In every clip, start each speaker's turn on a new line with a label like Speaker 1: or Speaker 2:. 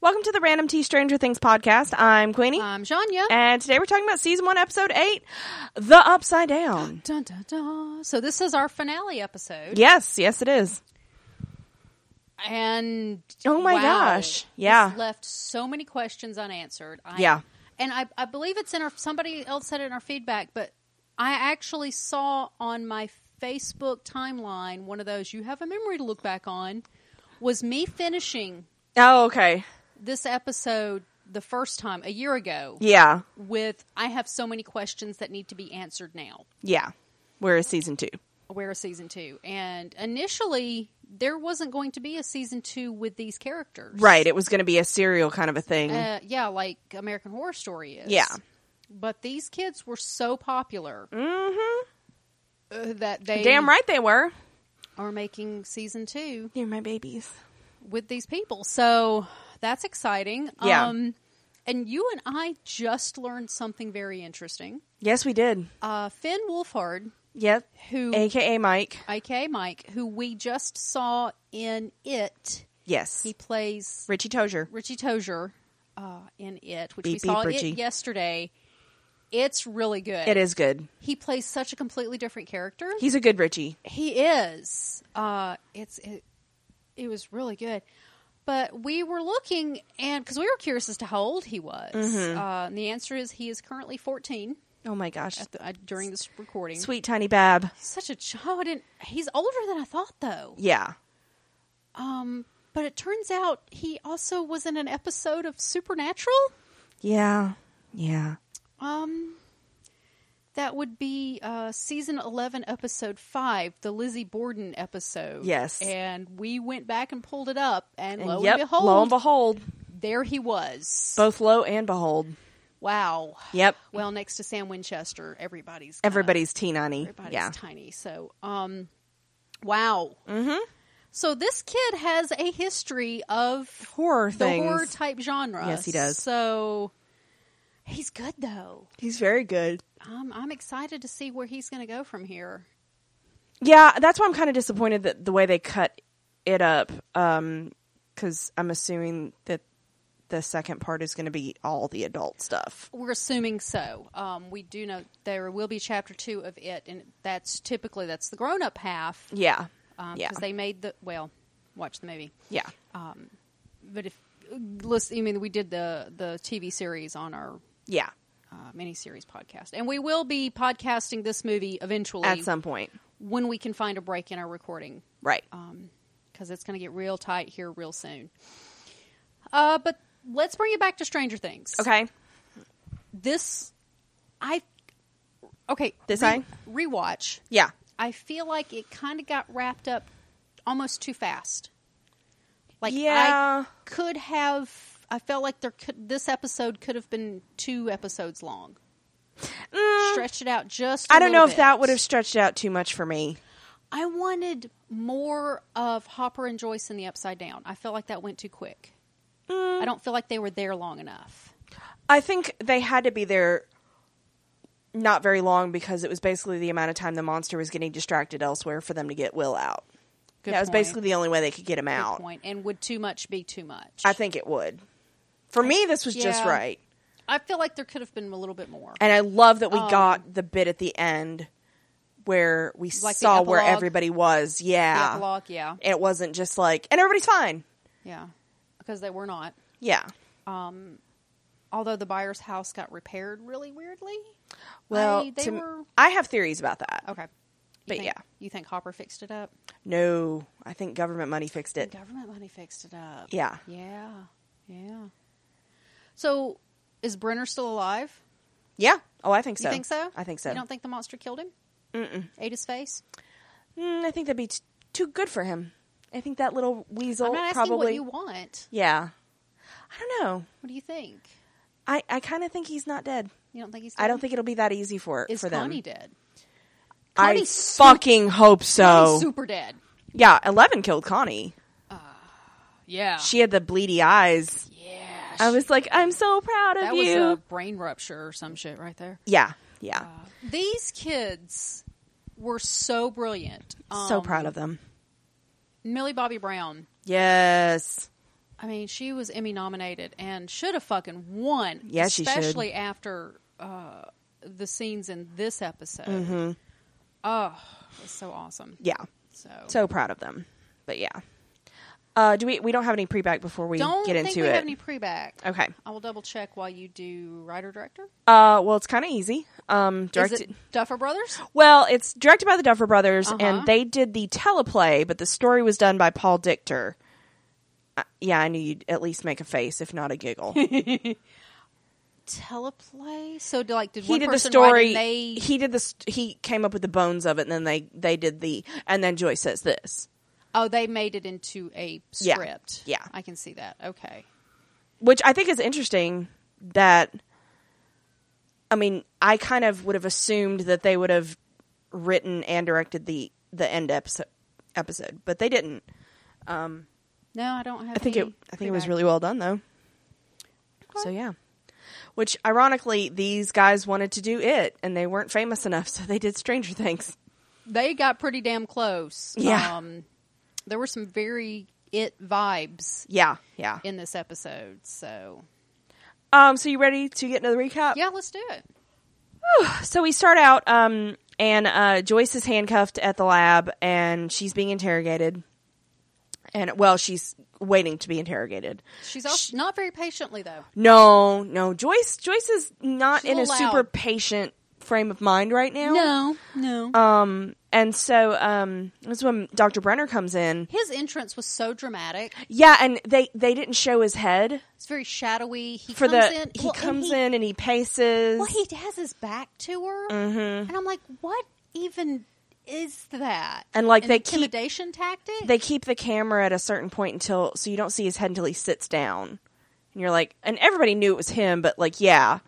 Speaker 1: Welcome to the Random Tea Stranger Things podcast. I'm Queenie.
Speaker 2: I'm Shania.
Speaker 1: and today we're talking about season one, episode eight, The Upside Down.
Speaker 2: Dun, dun, dun. So this is our finale episode,
Speaker 1: Yes, yes, it is.
Speaker 2: and
Speaker 1: Oh my
Speaker 2: wow,
Speaker 1: gosh.
Speaker 2: this
Speaker 1: Yeah.
Speaker 2: left so many questions unanswered. I,
Speaker 1: Yeah.
Speaker 2: and I, I believe it's in our. Somebody else said it in our feedback, but I actually saw on my Facebook timeline one of those. You have a memory to look back on. Was me finishing
Speaker 1: Oh, okay.
Speaker 2: this episode the first time a year ago
Speaker 1: Yeah,
Speaker 2: with I have so many questions that need to be answered now.
Speaker 1: yeah. We're in season two.
Speaker 2: aware of season two. And initially, there wasn't going to be a season two with these characters.
Speaker 1: Right. It was going to be a serial kind of a thing.
Speaker 2: Uh, yeah, like American Horror Story is.
Speaker 1: Yeah.
Speaker 2: But these kids were so popular uh, that they
Speaker 1: Mm-hmm. Damn right they were.
Speaker 2: are making season two
Speaker 1: You're my babies.
Speaker 2: with these people. So that's exciting.
Speaker 1: Yeah.
Speaker 2: Um, and you and I just learned something very interesting.
Speaker 1: Yes, we did.
Speaker 2: Uh, Finn Wolfhard,
Speaker 1: Yep.
Speaker 2: who,
Speaker 1: AKA Mike.
Speaker 2: aka Mike, who we just saw in It,
Speaker 1: Yes.
Speaker 2: he plays
Speaker 1: Richie Tozier.
Speaker 2: Richie Tozier uh, in it, which we
Speaker 1: Beep, beep,
Speaker 2: saw
Speaker 1: Richie.
Speaker 2: it yesterday. It's really good.
Speaker 1: It is good.
Speaker 2: He plays such a completely different character. He,
Speaker 1: He's a good Richie.
Speaker 2: is. Uh, it's it, it was really good. But we were looking, and because we were curious as to how old he was,
Speaker 1: Mm-hmm.
Speaker 2: uh, and the answer is he is currently fourteen
Speaker 1: Oh my gosh.
Speaker 2: at the, uh, during this recording.
Speaker 1: Sweet tiny bab.
Speaker 2: He's such a child, and he's older than I thought, though.
Speaker 1: Yeah.
Speaker 2: Um, but it turns out he also was in an episode of Supernatural.
Speaker 1: Yeah. Yeah.
Speaker 2: Um, that would be uh, season eleven, episode five, the Lizzie Borden episode.
Speaker 1: Yes.
Speaker 2: and we went back and pulled it up, and,
Speaker 1: And
Speaker 2: lo,
Speaker 1: yep,
Speaker 2: and behold,
Speaker 1: lo and behold,
Speaker 2: there he was.
Speaker 1: both low and behold.
Speaker 2: wow.
Speaker 1: Yep.
Speaker 2: Well, next to Sam Winchester, everybody's kinda-
Speaker 1: Everybody's T ninety.
Speaker 2: everybody's
Speaker 1: Yeah.
Speaker 2: tiny. So, um, wow. Mm-hmm. So this kid has a history of
Speaker 1: Horror
Speaker 2: the
Speaker 1: things.
Speaker 2: horror type genre.
Speaker 1: Yes, he does.
Speaker 2: So he's good though.
Speaker 1: He's very good.
Speaker 2: I'm I'm excited to see where he's going to go from here.
Speaker 1: Yeah, that's why I'm kind of disappointed that the way they cut it up. Um, because I'm assuming that the second part is going to be all the adult stuff.
Speaker 2: We're assuming so. Um, we do know there will be chapter two of it, and that's typically that's the grown up half
Speaker 1: Yeah.
Speaker 2: because
Speaker 1: yeah.
Speaker 2: Uh, they made the well, watch the movie.
Speaker 1: yeah.
Speaker 2: But if listen, I mean, we did the the TV series on our
Speaker 1: Yeah.
Speaker 2: uh, miniseries podcast, and we will be podcasting this movie eventually
Speaker 1: At some point.
Speaker 2: when we can find a break in our recording
Speaker 1: Right.
Speaker 2: because it's going to get real tight here real soon. Uh, but let's bring it back to Stranger Things.
Speaker 1: okay.
Speaker 2: this I okay
Speaker 1: This I?
Speaker 2: rewatch.
Speaker 1: Yeah.
Speaker 2: I feel like it kind of got wrapped up almost too fast. Like
Speaker 1: Yeah.
Speaker 2: I could have. I felt like there could this episode could have been two episodes long. Stretch it out just. I
Speaker 1: Mm. I don't know if that would have stretched out too much for me.
Speaker 2: I wanted more of Hopper and Joyce in the Upside Down. I felt like that went too quick.
Speaker 1: Mm.
Speaker 2: I don't feel like they were there long enough.
Speaker 1: I think they had to be there not very long because it was basically the amount of time the monster was getting distracted elsewhere for them to get Will out.
Speaker 2: Good
Speaker 1: that was
Speaker 2: point.
Speaker 1: basically the only way they could get him
Speaker 2: Good
Speaker 1: out.
Speaker 2: point. And would too much be too much?
Speaker 1: I think it would. For me, this was just
Speaker 2: Yeah.
Speaker 1: right.
Speaker 2: I feel like there could have been a little bit more.
Speaker 1: And I love that we
Speaker 2: Um,
Speaker 1: got the bit at the end where we
Speaker 2: Like the
Speaker 1: saw where
Speaker 2: epilogue?
Speaker 1: everybody was. Yeah.
Speaker 2: The epilogue, yeah,
Speaker 1: It wasn't just like, and everybody's fine.
Speaker 2: yeah, because they were not.
Speaker 1: Yeah.
Speaker 2: Although the buyer's house got repaired really weirdly.
Speaker 1: Well,
Speaker 2: I, they
Speaker 1: to m-
Speaker 2: were
Speaker 1: I have theories about that.
Speaker 2: okay. You
Speaker 1: But
Speaker 2: think-
Speaker 1: yeah.
Speaker 2: you think Hopper fixed it up?
Speaker 1: No, I think government money fixed it.
Speaker 2: Government money fixed it up.
Speaker 1: Yeah.
Speaker 2: yeah, yeah. So, is Brenner still alive?
Speaker 1: Yeah. Oh, I think
Speaker 2: You
Speaker 1: so.
Speaker 2: think so?
Speaker 1: I think so.
Speaker 2: You don't think the monster killed him? Mm-mm. Ate his face.
Speaker 1: Mm, I think that'd be t- too good for him. I think that little weasel
Speaker 2: I'm not asking
Speaker 1: probably.
Speaker 2: what you want.
Speaker 1: yeah. I don't know.
Speaker 2: What do you think?
Speaker 1: I, I kind of think he's not dead.
Speaker 2: You don't think he's?
Speaker 1: I don't
Speaker 2: dead?
Speaker 1: think it'll be that easy for
Speaker 2: is
Speaker 1: for them.
Speaker 2: Connie dead.
Speaker 1: I
Speaker 2: Connie's su-
Speaker 1: fucking hope so.
Speaker 2: Connie's super dead.
Speaker 1: yeah, Eleven killed Connie.
Speaker 2: Yeah,
Speaker 1: She had the bleedy eyes.
Speaker 2: yeah.
Speaker 1: I was like, I'm so proud of
Speaker 2: That was
Speaker 1: you.
Speaker 2: a brain rupture or some shit right there.
Speaker 1: yeah, yeah.
Speaker 2: These kids were so brilliant.
Speaker 1: so
Speaker 2: Um,
Speaker 1: proud of them.
Speaker 2: Millie Bobby Brown
Speaker 1: Yes.
Speaker 2: I mean, she was Emmy nominated and should have fucking won.
Speaker 1: Yeah, she should.
Speaker 2: especially after uh, the scenes in this episode. Oh, it's so awesome.
Speaker 1: Mm-hmm. Yeah.
Speaker 2: So,
Speaker 1: So proud of them. But yeah. Uh, do we? We don't have any pre back before we
Speaker 2: don't
Speaker 1: get
Speaker 2: think
Speaker 1: into
Speaker 2: we
Speaker 1: it.
Speaker 2: have any pre-back.
Speaker 1: okay.
Speaker 2: I will double check while you do writer director.
Speaker 1: Uh, well, it's kind of easy. Um,
Speaker 2: Is
Speaker 1: directed.
Speaker 2: it Duffer Brothers?
Speaker 1: Well, it's directed by the Duffer Brothers,
Speaker 2: Uh-huh.
Speaker 1: and they did the teleplay, but the story was done by Paul Dichter. Uh, yeah, I knew you'd at least make a face, if not a giggle.
Speaker 2: Teleplay. So, do, like, did
Speaker 1: he
Speaker 2: one
Speaker 1: did the
Speaker 2: person write
Speaker 1: story.
Speaker 2: and they
Speaker 1: He did the. St- he came up with the bones of it, and then they they did the. And then Joy says this.
Speaker 2: Oh, they made it into a
Speaker 1: Yeah.
Speaker 2: script.
Speaker 1: Yeah.
Speaker 2: I can see that. Okay.
Speaker 1: which I think is interesting that I mean, I kind of would have assumed that they would have written and directed the the end episode episode, but they didn't.
Speaker 2: No, I don't have.
Speaker 1: I think it
Speaker 2: any
Speaker 1: I think it was
Speaker 2: feedback.
Speaker 1: really well done though. So
Speaker 2: Okay.
Speaker 1: yeah. Which ironically, these guys wanted to do it and they weren't famous enough, so they did Stranger Things.
Speaker 2: They got pretty damn close.
Speaker 1: Yeah.
Speaker 2: Um, there were some very it vibes
Speaker 1: Yeah, yeah.
Speaker 2: in this episode. So
Speaker 1: Um so you ready to get into the recap?
Speaker 2: yeah, let's do it.
Speaker 1: So we start out, um, and uh, Joyce is handcuffed at the lab, and she's being interrogated. And well, she's waiting to be interrogated.
Speaker 2: She's also, not very patiently though.
Speaker 1: No, no, Joyce. Joyce is not
Speaker 2: She's a
Speaker 1: in a
Speaker 2: little
Speaker 1: super
Speaker 2: loud.
Speaker 1: patient frame of mind right now.
Speaker 2: No, no.
Speaker 1: Um, and so um, that's when Doctor Brenner comes in.
Speaker 2: His entrance was so dramatic.
Speaker 1: Yeah, and they they didn't show his head
Speaker 2: It's very shadowy. He
Speaker 1: for
Speaker 2: comes
Speaker 1: the
Speaker 2: in.
Speaker 1: he
Speaker 2: well, and
Speaker 1: comes in and he paces.
Speaker 2: Well, he has his back to her,
Speaker 1: Mm-hmm.
Speaker 2: and I'm like, what even is that?
Speaker 1: And, like,
Speaker 2: An
Speaker 1: they keep-
Speaker 2: intimidation tactic.
Speaker 1: they keep the camera at a certain point until so you don't see his head until he sits down and you're like and everybody knew it was him but like yeah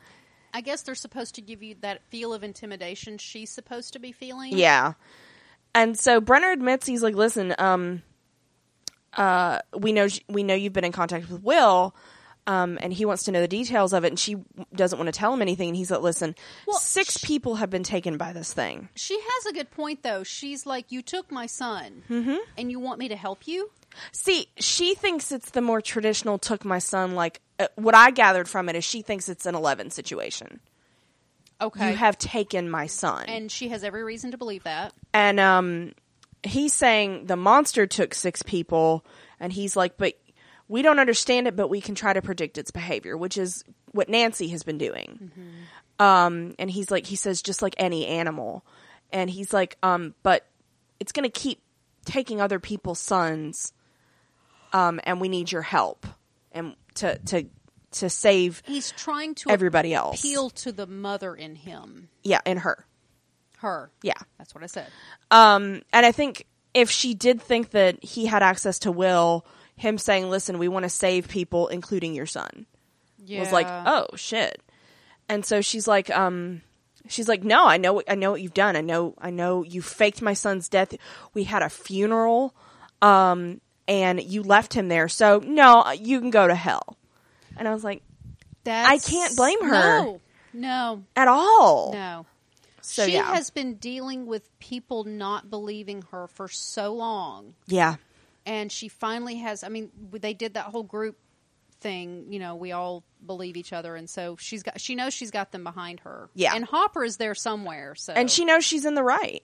Speaker 2: I guess they're supposed to give you that feel of intimidation she's supposed to be feeling.
Speaker 1: yeah and so brenner admits he's like listen um uh we know we know you've been in contact with will um and he wants to know the details of it and she doesn't want to tell him anything and he's like listen
Speaker 2: Well,
Speaker 1: six people have been taken by this thing
Speaker 2: She has a good point, though. She's like, You took my son,
Speaker 1: Mm-hmm.
Speaker 2: and you want me to help you?
Speaker 1: See, she thinks it's the more traditional took my son like uh, what I gathered from it is she thinks it's an 11 situation.
Speaker 2: Okay.
Speaker 1: You have taken my son. And,
Speaker 2: and she has every reason to believe that.
Speaker 1: um he's saying the monster took six people and he's like but we don't understand it but we can try to predict its behavior, which is what Nancy has been doing. Um and he's like he says just like any animal. And he's like um but it's going to keep taking other people's sons um and we need your help and to to to save
Speaker 2: He's trying to
Speaker 1: everybody else.
Speaker 2: appeal to the mother in him,
Speaker 1: Yeah, and her.
Speaker 2: her.
Speaker 1: Yeah.
Speaker 2: That's what I said.
Speaker 1: Um, and I think if she did think that he had access to Will, him saying, "Listen, we want to save people, including your son,"
Speaker 2: Yeah.
Speaker 1: was like, "Oh shit." And so she's like, um, she's like, "No, I know, I know what you've done. I know, I know you faked my son's death. We had a funeral, um, and you left him there. So no, you can go to hell." And I was like,
Speaker 2: That's-
Speaker 1: can't blame her.
Speaker 2: No. No.
Speaker 1: "At all?
Speaker 2: No.
Speaker 1: So,
Speaker 2: she
Speaker 1: yeah.
Speaker 2: has been dealing with people not believing her for so long.
Speaker 1: Yeah,
Speaker 2: and she finally has i mean they did that whole group thing you know we all believe each other and so she's got she knows she's got them behind her
Speaker 1: Yeah.
Speaker 2: and hopper is there somewhere so
Speaker 1: and she knows she's in the right.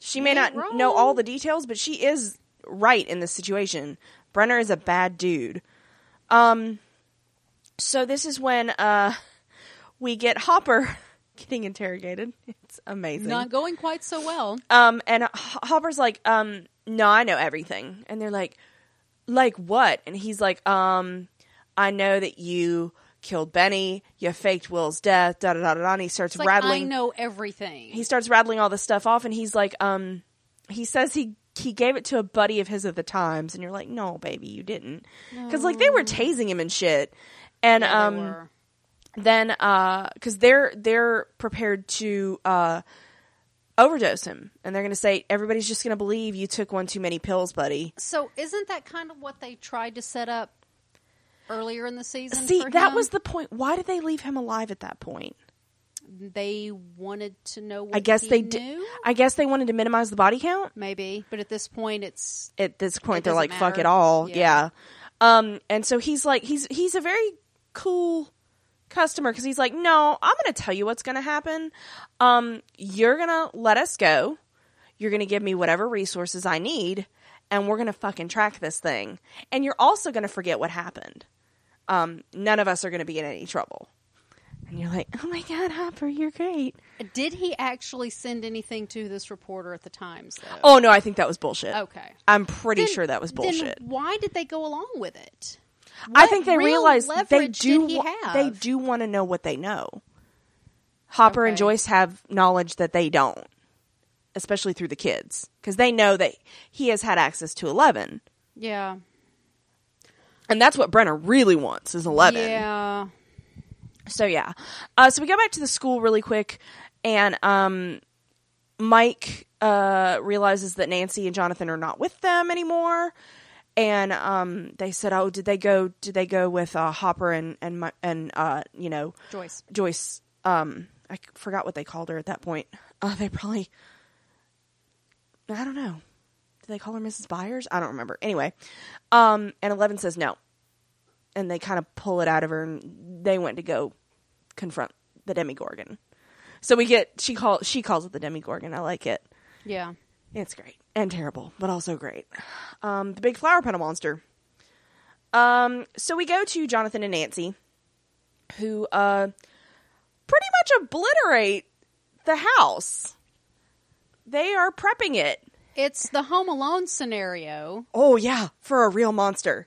Speaker 1: She may not
Speaker 2: ain't
Speaker 1: know
Speaker 2: wrong.
Speaker 1: all the details, but she is right in this situation. Brenner is a bad dude. Um, so this is when uh, we get Hopper getting interrogated. It's amazing.
Speaker 2: not going quite so well
Speaker 1: um, and H- Hopper's like, um, no, I know everything. And they're like, like what? And he's like, um, I know that you killed Benny. You faked Will's death. Da da da da. da. And he starts
Speaker 2: it's like
Speaker 1: rattling
Speaker 2: i know everything
Speaker 1: he starts rattling all this stuff off and he's like um he says he he gave it to a buddy of his at the times and you're like no baby you didn't because like they were tasing him and shit and
Speaker 2: Yeah, they
Speaker 1: um
Speaker 2: were.
Speaker 1: then uh because they're they're prepared to uh overdose him and they're gonna say everybody's just gonna believe you took one too many pills buddy
Speaker 2: so isn't that kind of what they tried to set up earlier in the season
Speaker 1: see
Speaker 2: for
Speaker 1: that
Speaker 2: him?
Speaker 1: was the point why did they leave him alive at that point
Speaker 2: they wanted to know what
Speaker 1: i guess
Speaker 2: he
Speaker 1: they did
Speaker 2: knew
Speaker 1: i guess they wanted to minimize the body count
Speaker 2: maybe but at this point it's
Speaker 1: at this point
Speaker 2: It
Speaker 1: they're like
Speaker 2: doesn't
Speaker 1: fuck
Speaker 2: matter.
Speaker 1: it all
Speaker 2: Yeah.
Speaker 1: yeah. Um, and so he's like, he's he's a very cool customer because he's like, no, I'm going to tell you what's going to happen. Um, you're going to let us go. You're going to give me whatever resources I need, and we're going to fucking track this thing. And you're also going to forget what happened. Um, none of us are going to be in any trouble. And you're like, oh my god, Hopper, you're great.
Speaker 2: Did he actually send anything to this reporter at the Times? Though?
Speaker 1: Oh no, I think that was bullshit.
Speaker 2: okay.
Speaker 1: I'm pretty
Speaker 2: Then-
Speaker 1: sure that was
Speaker 2: then
Speaker 1: bullshit.
Speaker 2: why did they go along with it?
Speaker 1: I
Speaker 2: What
Speaker 1: think they
Speaker 2: real
Speaker 1: realize they
Speaker 2: leverage
Speaker 1: do
Speaker 2: did he
Speaker 1: wa-
Speaker 2: have?
Speaker 1: they do want to know what they know. Hopper and
Speaker 2: Okay.
Speaker 1: Joyce have knowledge that they don't, especially through the kids, because they know that he has had access to Eleven,
Speaker 2: Yeah.
Speaker 1: and that's what Brenner really wants is Eleven.
Speaker 2: Yeah.
Speaker 1: So yeah, uh, so we go back to the school really quick, and um, Mike uh, realizes that Nancy and Jonathan are not with them anymore, and um, they said, "Oh, did they go? Did they go with uh, Hopper and and Mi- and uh, you know
Speaker 2: Joyce.
Speaker 1: Joyce? Um, I c- forgot what they called her at that point. Uh, they probably, I don't know. Did they call her Mrs. Byers? I don't remember. Anyway, um, and Eleven says no, and they kind of pull it out of her, and they went to go confront the Demigorgon. So we get she call she calls it the Demigorgon. I like it.
Speaker 2: Yeah.
Speaker 1: It's great and terrible, but also great. Um, the big flower petal monster. Um, so we go to Jonathan and Nancy, who uh, pretty much obliterate the house. They are prepping it.
Speaker 2: It's the Home Alone scenario.
Speaker 1: Oh yeah, for a real monster.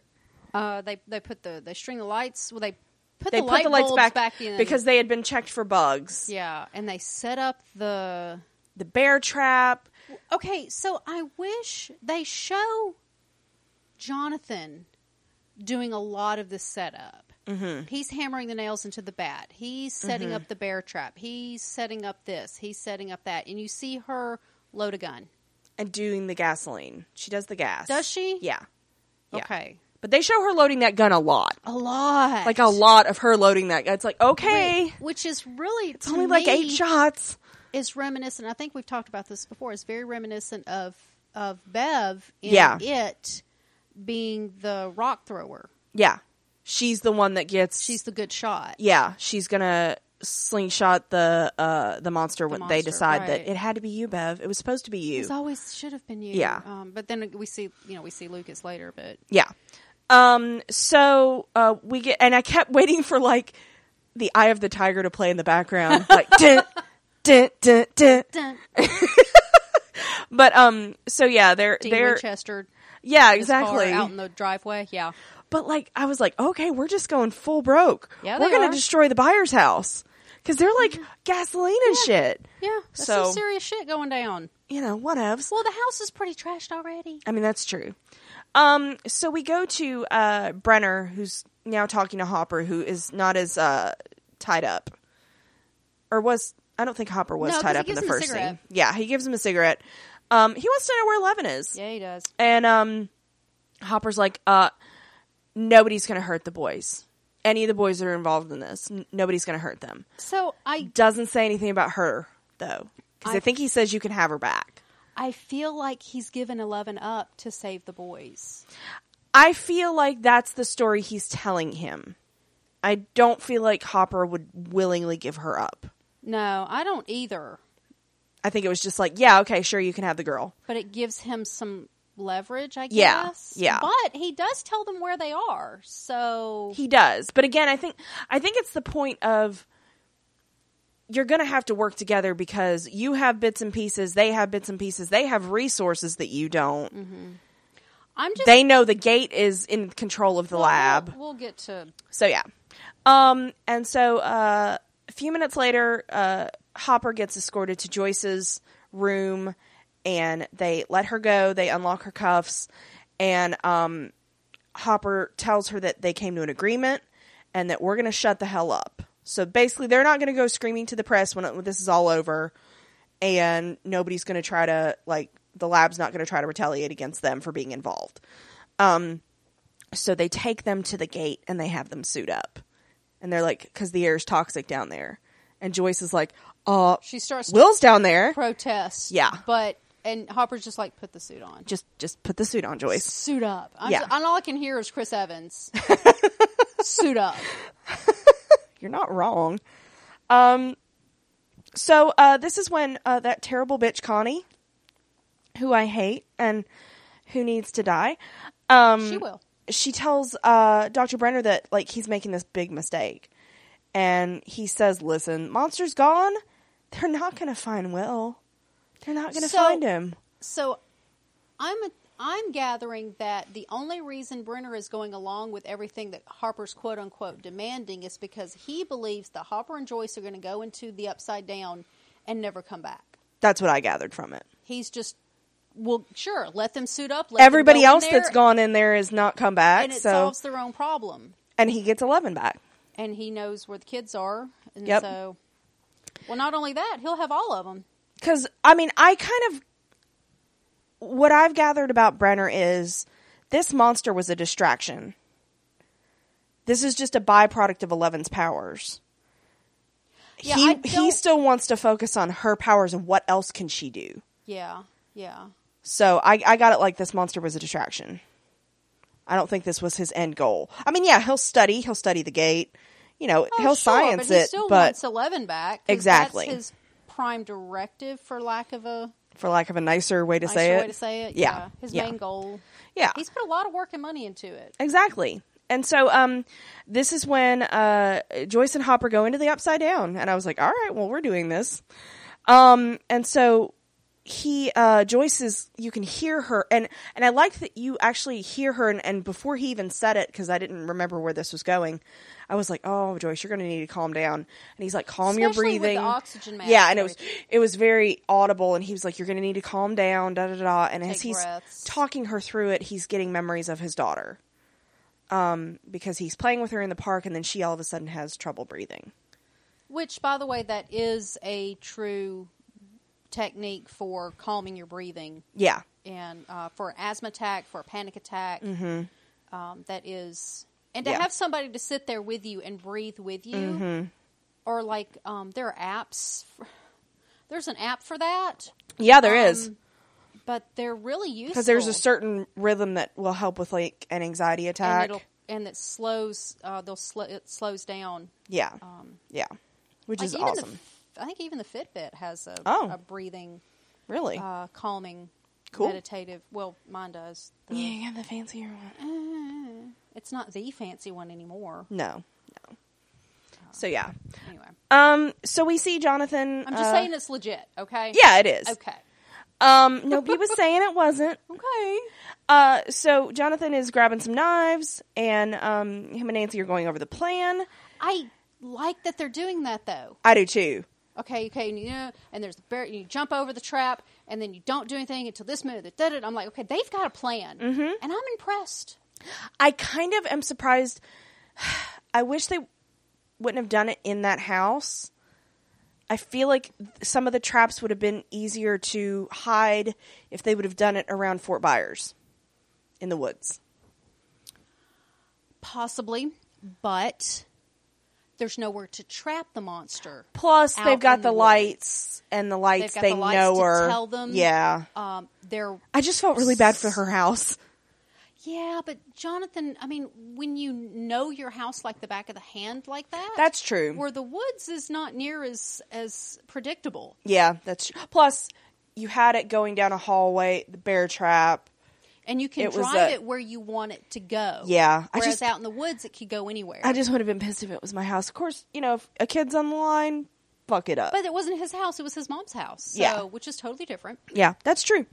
Speaker 2: Uh, they they put the they string the lights. Well, they put
Speaker 1: They
Speaker 2: the
Speaker 1: put
Speaker 2: light
Speaker 1: the lights
Speaker 2: bulbs
Speaker 1: back,
Speaker 2: back, in
Speaker 1: because they had been checked for bugs.
Speaker 2: yeah, and they set up the.
Speaker 1: The bear trap.
Speaker 2: Okay, so I wish they show Jonathan doing a lot of this setup. Mm-hmm. He's hammering the nails into the bat. He's setting
Speaker 1: Mm-hmm.
Speaker 2: up the bear trap. He's setting up this. He's setting up that, and you see her load a gun.
Speaker 1: and doing the gasoline. She does the gas.
Speaker 2: Does she?
Speaker 1: Yeah. Yeah.
Speaker 2: Okay,
Speaker 1: But they show her loading that gun a lot.
Speaker 2: a lot,
Speaker 1: Like a lot of her loading that gun. It's like, okay,
Speaker 2: Whi- which is really
Speaker 1: it's only like eight shots.
Speaker 2: is reminiscent. I think we've talked about this before. It's very reminiscent of of Bev in
Speaker 1: Yeah.
Speaker 2: it being the rock thrower.
Speaker 1: Yeah. She's the one that gets
Speaker 2: She's the good shot.
Speaker 1: Yeah, she's gonna slingshot the uh the monster when they
Speaker 2: monster,
Speaker 1: decide that
Speaker 2: right.
Speaker 1: it had to be you, Bev. It was supposed to be you.
Speaker 2: It's always should have been you.
Speaker 1: Yeah.
Speaker 2: Um, but then we see you know we see Lucas later, but
Speaker 1: Yeah. Um. So uh, we get, and I kept waiting for like the Eye of the Tiger to play in the background, like dent, dent, dent, dent.
Speaker 2: Dun.
Speaker 1: But um. So yeah, they're
Speaker 2: Dean
Speaker 1: they're
Speaker 2: Winchester
Speaker 1: yeah
Speaker 2: his car
Speaker 1: exactly.
Speaker 2: out in the driveway. Yeah.
Speaker 1: But like, I was like, okay, we're just going full broke.
Speaker 2: Yeah,
Speaker 1: we're
Speaker 2: they
Speaker 1: gonna
Speaker 2: are. Mm-hmm.
Speaker 1: destroy the buyer's house because they're like gasoline and shit.
Speaker 2: Yeah. That's
Speaker 1: So-
Speaker 2: some serious shit going down.
Speaker 1: You know, whatevs.
Speaker 2: Well, the house is pretty trashed already.
Speaker 1: I mean, that's true. Um, so we go to uh, Brenner, who's now talking to Hopper, who is not as uh, tied up, or was I don't think Hopper was
Speaker 2: No, 'cause
Speaker 1: tied
Speaker 2: he
Speaker 1: up in
Speaker 2: gives
Speaker 1: the
Speaker 2: him a
Speaker 1: first scene.
Speaker 2: cigarette.
Speaker 1: Yeah, he gives him a cigarette. Um, he wants to know where Eleven is,
Speaker 2: Yeah, he does.
Speaker 1: and um, Hopper's like, uh, nobody's gonna hurt the boys. Any of the boys that are involved in this, n- nobody's gonna hurt them.
Speaker 2: So I
Speaker 1: Doesn't say anything about her though, because I
Speaker 2: I-
Speaker 1: think he says you can have her back.
Speaker 2: I feel like he's given Eleven up to save the boys.
Speaker 1: I feel like that's the story he's telling him. I don't feel like Hopper would willingly give her up.
Speaker 2: No, I don't either.
Speaker 1: I think it was just like, yeah, okay, sure, you can have the girl.
Speaker 2: But it gives him some leverage, I
Speaker 1: Yeah,
Speaker 2: guess.
Speaker 1: yeah.
Speaker 2: But he does tell them where they are. So
Speaker 1: He does, but again, I think I think it's the point of you're going to have to work together because you have bits and pieces, they have bits and pieces, they have resources that you don't.
Speaker 2: I'm just
Speaker 1: They know the gate is in control of the
Speaker 2: well,
Speaker 1: lab.
Speaker 2: We'll, we'll get to
Speaker 1: So yeah. Um and so uh a few minutes later, uh Hopper gets escorted to Joyce's room and they let her go, they unlock her cuffs and um Hopper tells her that they came to an agreement and that we're going to shut the hell up. So basically they're not going to go screaming to the press when, it- when this is all over and nobody's going to try to like the lab's not going to try to retaliate against them for being involved. So they take them to the gate and they have them suit up. And they're like, because the air's toxic down there. And Joyce is like, uh,
Speaker 2: she starts
Speaker 1: Will's down there.
Speaker 2: to protest.
Speaker 1: Yeah.
Speaker 2: But and Hopper's just like, put the suit on.
Speaker 1: Just just put the suit on, Joyce.
Speaker 2: suit up. I'm
Speaker 1: Yeah.
Speaker 2: just- and all I can hear is Chris Evans. suit up.
Speaker 1: You're not wrong. Um, so uh, this is when uh, that terrible bitch Connie, who I hate and who needs to die, um,
Speaker 2: She will.
Speaker 1: she tells uh, Dr. Brenner that like he's making this big mistake. And he says, "Listen, monster's gone. They're not going to find Will. They're not going to
Speaker 2: So-
Speaker 1: find him."
Speaker 2: So I'm a, I'm gathering that the only reason Brenner is going along with everything that Harper's quote unquote demanding is because he believes that Hopper and Joyce are going to go into the upside down and never come back.
Speaker 1: That's what I gathered from it.
Speaker 2: He's just well, sure, let them suit up. Let them
Speaker 1: Everybody
Speaker 2: go in
Speaker 1: else
Speaker 2: there,
Speaker 1: that's gone in there has not come back.
Speaker 2: and it
Speaker 1: so
Speaker 2: solves their own problem.
Speaker 1: and he gets 11 back.
Speaker 2: And he knows where the kids are, and
Speaker 1: Yep.
Speaker 2: so well, not only that, he'll have all of them.
Speaker 1: Cuz I mean, I kind of what I've gathered about Brenner is this monster was a distraction. This is just a byproduct of 11's powers.
Speaker 2: Yeah,
Speaker 1: he
Speaker 2: I
Speaker 1: he
Speaker 2: don't-
Speaker 1: still wants to focus on her powers and what else can she do.
Speaker 2: Yeah, yeah.
Speaker 1: So I I got it like this monster was a distraction. I don't think this was his end goal. I mean, yeah, he'll study, he'll study the gate. You know,
Speaker 2: Oh,
Speaker 1: he'll
Speaker 2: sure,
Speaker 1: science
Speaker 2: but he
Speaker 1: it,
Speaker 2: still
Speaker 1: but
Speaker 2: wants Eleven back. 'cause
Speaker 1: Exactly.
Speaker 2: that's his prime directive, for lack of a
Speaker 1: for lack of a nicer way to
Speaker 2: nicer
Speaker 1: say it.
Speaker 2: way to say it.
Speaker 1: Yeah.
Speaker 2: his
Speaker 1: Yeah.
Speaker 2: main goal.
Speaker 1: Yeah.
Speaker 2: he's put a lot of work and money into it.
Speaker 1: Exactly. And so um this is when uh Joyce and Hopper go into the upside down and I was like, "All right, well, we're doing this." Um and so he uh Joyce is you can hear her and and I like that you actually hear her and, and before he even said it cuz I didn't remember where this was going. I was like, "Oh, Joyce, you're going to need to calm down." And he's like, "Calm your
Speaker 2: Especially with the
Speaker 1: breathing."
Speaker 2: oxygen mask
Speaker 1: yeah, and
Speaker 2: and
Speaker 1: it was it was very audible and he was like, "You're going to need to calm down." da da da. And as
Speaker 2: Take
Speaker 1: he's
Speaker 2: breaths.
Speaker 1: talking her through it, he's getting memories of his daughter Um, because he's playing with her in the park and then she all of a sudden has trouble breathing.
Speaker 2: Which, by the way, that is a true technique for calming your breathing
Speaker 1: Yeah.
Speaker 2: and uh, for asthma attack, for a panic attack. Um, that is, and
Speaker 1: Mm-hmm.
Speaker 2: to
Speaker 1: Yeah. Mm-hmm.
Speaker 2: have somebody to sit there with you and breathe with you, or like um, there are apps. For, there's an app for that.
Speaker 1: Yeah, there is.
Speaker 2: Um, but they're really useful
Speaker 1: Because there's a certain rhythm that will help with like an anxiety
Speaker 2: and,
Speaker 1: attack.
Speaker 2: it'll, and it slows. Uh, they'll sl- it slows down.
Speaker 1: Yeah.
Speaker 2: Um,
Speaker 1: yeah. Which
Speaker 2: like
Speaker 1: is
Speaker 2: even
Speaker 1: awesome.
Speaker 2: The, F- I think even the Fitbit has a,
Speaker 1: Oh.
Speaker 2: a breathing
Speaker 1: really?
Speaker 2: uh, calming,
Speaker 1: Cool.
Speaker 2: meditative. Well, mine does. The-
Speaker 1: yeah, you have the fancier
Speaker 2: uh,
Speaker 1: one.
Speaker 2: It's not the fancy one anymore.
Speaker 1: No. No. So yeah.
Speaker 2: Anyway,
Speaker 1: Um so we see Jonathan
Speaker 2: I'm just
Speaker 1: uh,
Speaker 2: saying it's legit. Okay.
Speaker 1: Yeah, it is.
Speaker 2: Okay.
Speaker 1: Um nobody was saying it wasn't.
Speaker 2: Okay.
Speaker 1: Uh so Jonathan is grabbing some knives and um him and Nancy are going over the plan.
Speaker 2: I like that they're doing that though.
Speaker 1: I do too.
Speaker 2: okay, okay, and you know, and there's the bear, and you jump over the trap, and then you don't do anything until this move. That did it. I'm like, okay, they've got a plan, mm-hmm. and I'm impressed.
Speaker 1: I kind of am surprised. I wish they wouldn't have done it in that house. I feel like some of the traps would have been easier to hide if they would have done it around Fort Byers in the woods.
Speaker 2: Possibly, but there's nowhere to trap the monster.
Speaker 1: Plus,
Speaker 2: Out
Speaker 1: they've got
Speaker 2: in
Speaker 1: the,
Speaker 2: the woods.
Speaker 1: lights and the lights
Speaker 2: They've got
Speaker 1: they
Speaker 2: the lights
Speaker 1: know
Speaker 2: to
Speaker 1: are.
Speaker 2: tell them.
Speaker 1: Yeah.
Speaker 2: Um, they're
Speaker 1: I just felt really bad for her house.
Speaker 2: yeah, but Jonathan, I mean, when you know your house like the back of the hand, like that,
Speaker 1: That's true.
Speaker 2: Where the woods is not near as as predictable.
Speaker 1: Yeah, that's tr- plus you had it going down a hallway, the bear trap.
Speaker 2: And you can
Speaker 1: It was
Speaker 2: drive
Speaker 1: a-
Speaker 2: it where you want it to go.
Speaker 1: Yeah, I
Speaker 2: Whereas
Speaker 1: just-
Speaker 2: out in the woods, it could go anywhere.
Speaker 1: I just would have been pissed if it was my house. Of course, you know, if a kid's on the line, fuck it up.
Speaker 2: But it wasn't his house; it was his mom's house. So,
Speaker 1: Yeah.
Speaker 2: which is totally different.
Speaker 1: yeah, that's true.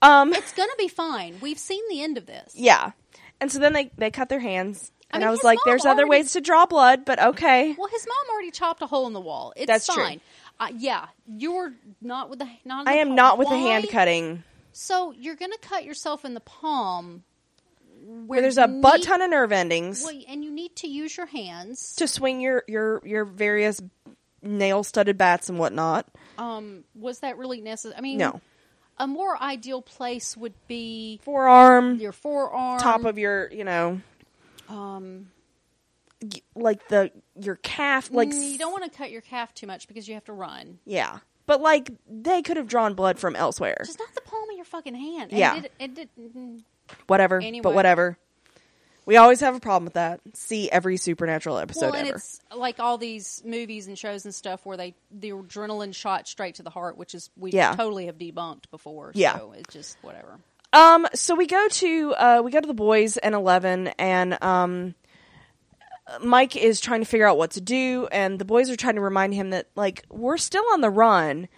Speaker 1: Um,
Speaker 2: It's gonna be fine. We've seen the end of this.
Speaker 1: yeah, and so then they they cut their hands,
Speaker 2: I
Speaker 1: and
Speaker 2: mean,
Speaker 1: I was
Speaker 2: his
Speaker 1: like,
Speaker 2: mom
Speaker 1: "There's other
Speaker 2: already-
Speaker 1: ways to draw blood, but okay."
Speaker 2: Well, his mom already chopped a hole in the wall. It's
Speaker 1: That's true.
Speaker 2: fine. Uh, yeah, you're not with the not.
Speaker 1: I am not with
Speaker 2: the
Speaker 1: the hand
Speaker 2: cut.
Speaker 1: cutting.
Speaker 2: So you're gonna cut yourself in the palm.
Speaker 1: Where there's a butt ton of nerve endings
Speaker 2: Well, and you need to use your hands.
Speaker 1: to swing your your your various nail studded bats and whatnot.
Speaker 2: Um, was that really necessary? I mean,
Speaker 1: No.
Speaker 2: A more ideal place would be
Speaker 1: Forearm,
Speaker 2: your forearm,
Speaker 1: top of your you know,
Speaker 2: um,
Speaker 1: y- like the your calf, like
Speaker 2: mm, you don't want to cut your calf too much because you have to run.
Speaker 1: yeah. But like they could have drawn blood from elsewhere.
Speaker 2: Just not the your fucking hand. And
Speaker 1: Yeah.
Speaker 2: It, did- it, did-
Speaker 1: Whatever.
Speaker 2: Anyway.
Speaker 1: But whatever. We always have a problem with that. See every supernatural episode
Speaker 2: well, and
Speaker 1: ever.
Speaker 2: it's like all these movies and shows and stuff where they the adrenaline shot straight to the heart, which is we
Speaker 1: Yeah.
Speaker 2: totally have debunked before.
Speaker 1: Yeah.
Speaker 2: So it's just whatever.
Speaker 1: Um, so we go to uh, we go to the boys and Eleven, and um, Mike is trying to figure out what to do, and the boys are trying to remind him that like we're still on the run,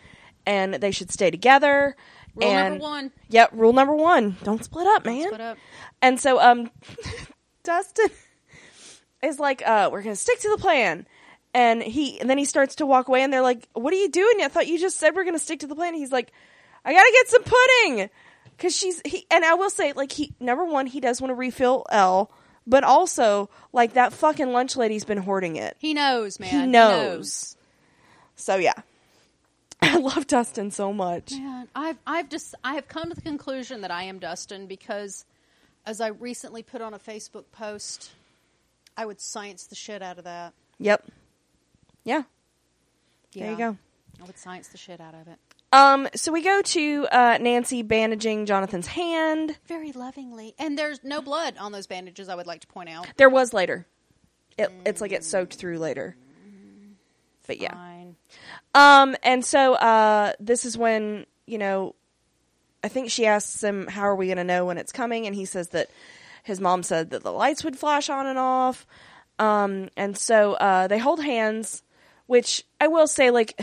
Speaker 1: and they should stay together.
Speaker 2: Rule number
Speaker 1: and-
Speaker 2: one.
Speaker 1: Yep, rule number one: don't split up, man.
Speaker 2: split up.
Speaker 1: And so, um, Dustin is like, uh, "We're gonna stick to the plan." And he, and then he starts to walk away, and they're like, "What are you doing? I thought you just said we're gonna stick to the plan." He's like, "I gotta get some pudding," because she's he. And I will say, like, he number one, he does want to refill L, but also like that fucking lunch lady's been hoarding it.
Speaker 2: He knows, man.
Speaker 1: knows. So yeah, I love Dustin so much.
Speaker 2: Man, I've I've just I have come to the conclusion that I am Dustin because, as I recently put on a Facebook post, I would science the shit out of that.
Speaker 1: Yep. Yeah. There you go.
Speaker 2: I would science the shit out of it
Speaker 1: Um. So we go to uh, Nancy bandaging Jonathan's hand.
Speaker 2: very lovingly, and there's no blood on those bandages. I would like to point out.
Speaker 1: There was later. It, It's like it soaked through later. But yeah.
Speaker 2: Fine.
Speaker 1: Um, and so uh, this is when, you know, I think she asks him, How are we going to know when it's coming? And he says that his mom said that the lights would flash on and off. Um, and so uh, they hold hands, which I will say, like,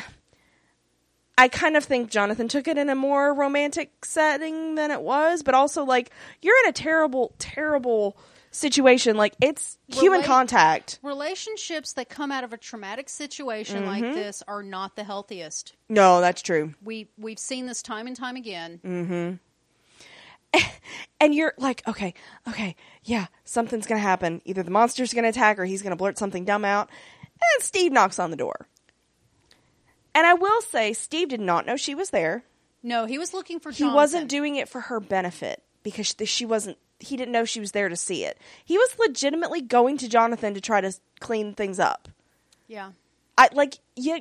Speaker 1: I kind of think Jonathan took it in a more romantic setting than it was, but also, like, you're in a terrible, terrible situation. Like, it's human
Speaker 2: Relate-
Speaker 1: contact.
Speaker 2: Relationships that come out of a traumatic situation like
Speaker 1: Mm-hmm.
Speaker 2: this are not the healthiest.
Speaker 1: No, that's true.
Speaker 2: We we've seen this time and time again.
Speaker 1: Mm. and you're like, okay, okay, yeah, something's gonna happen. Either the monster's gonna attack or he's gonna blurt something dumb out. And Steve knocks on the door. And I will say, Steve did not know she was there.
Speaker 2: No, he was looking for.
Speaker 1: He
Speaker 2: Jonathan.
Speaker 1: wasn't doing it for her benefit because th- she wasn't. He didn't know she was there to see it. He was legitimately going to Jonathan to try to s- clean things up.
Speaker 2: Yeah.
Speaker 1: I like, yeah,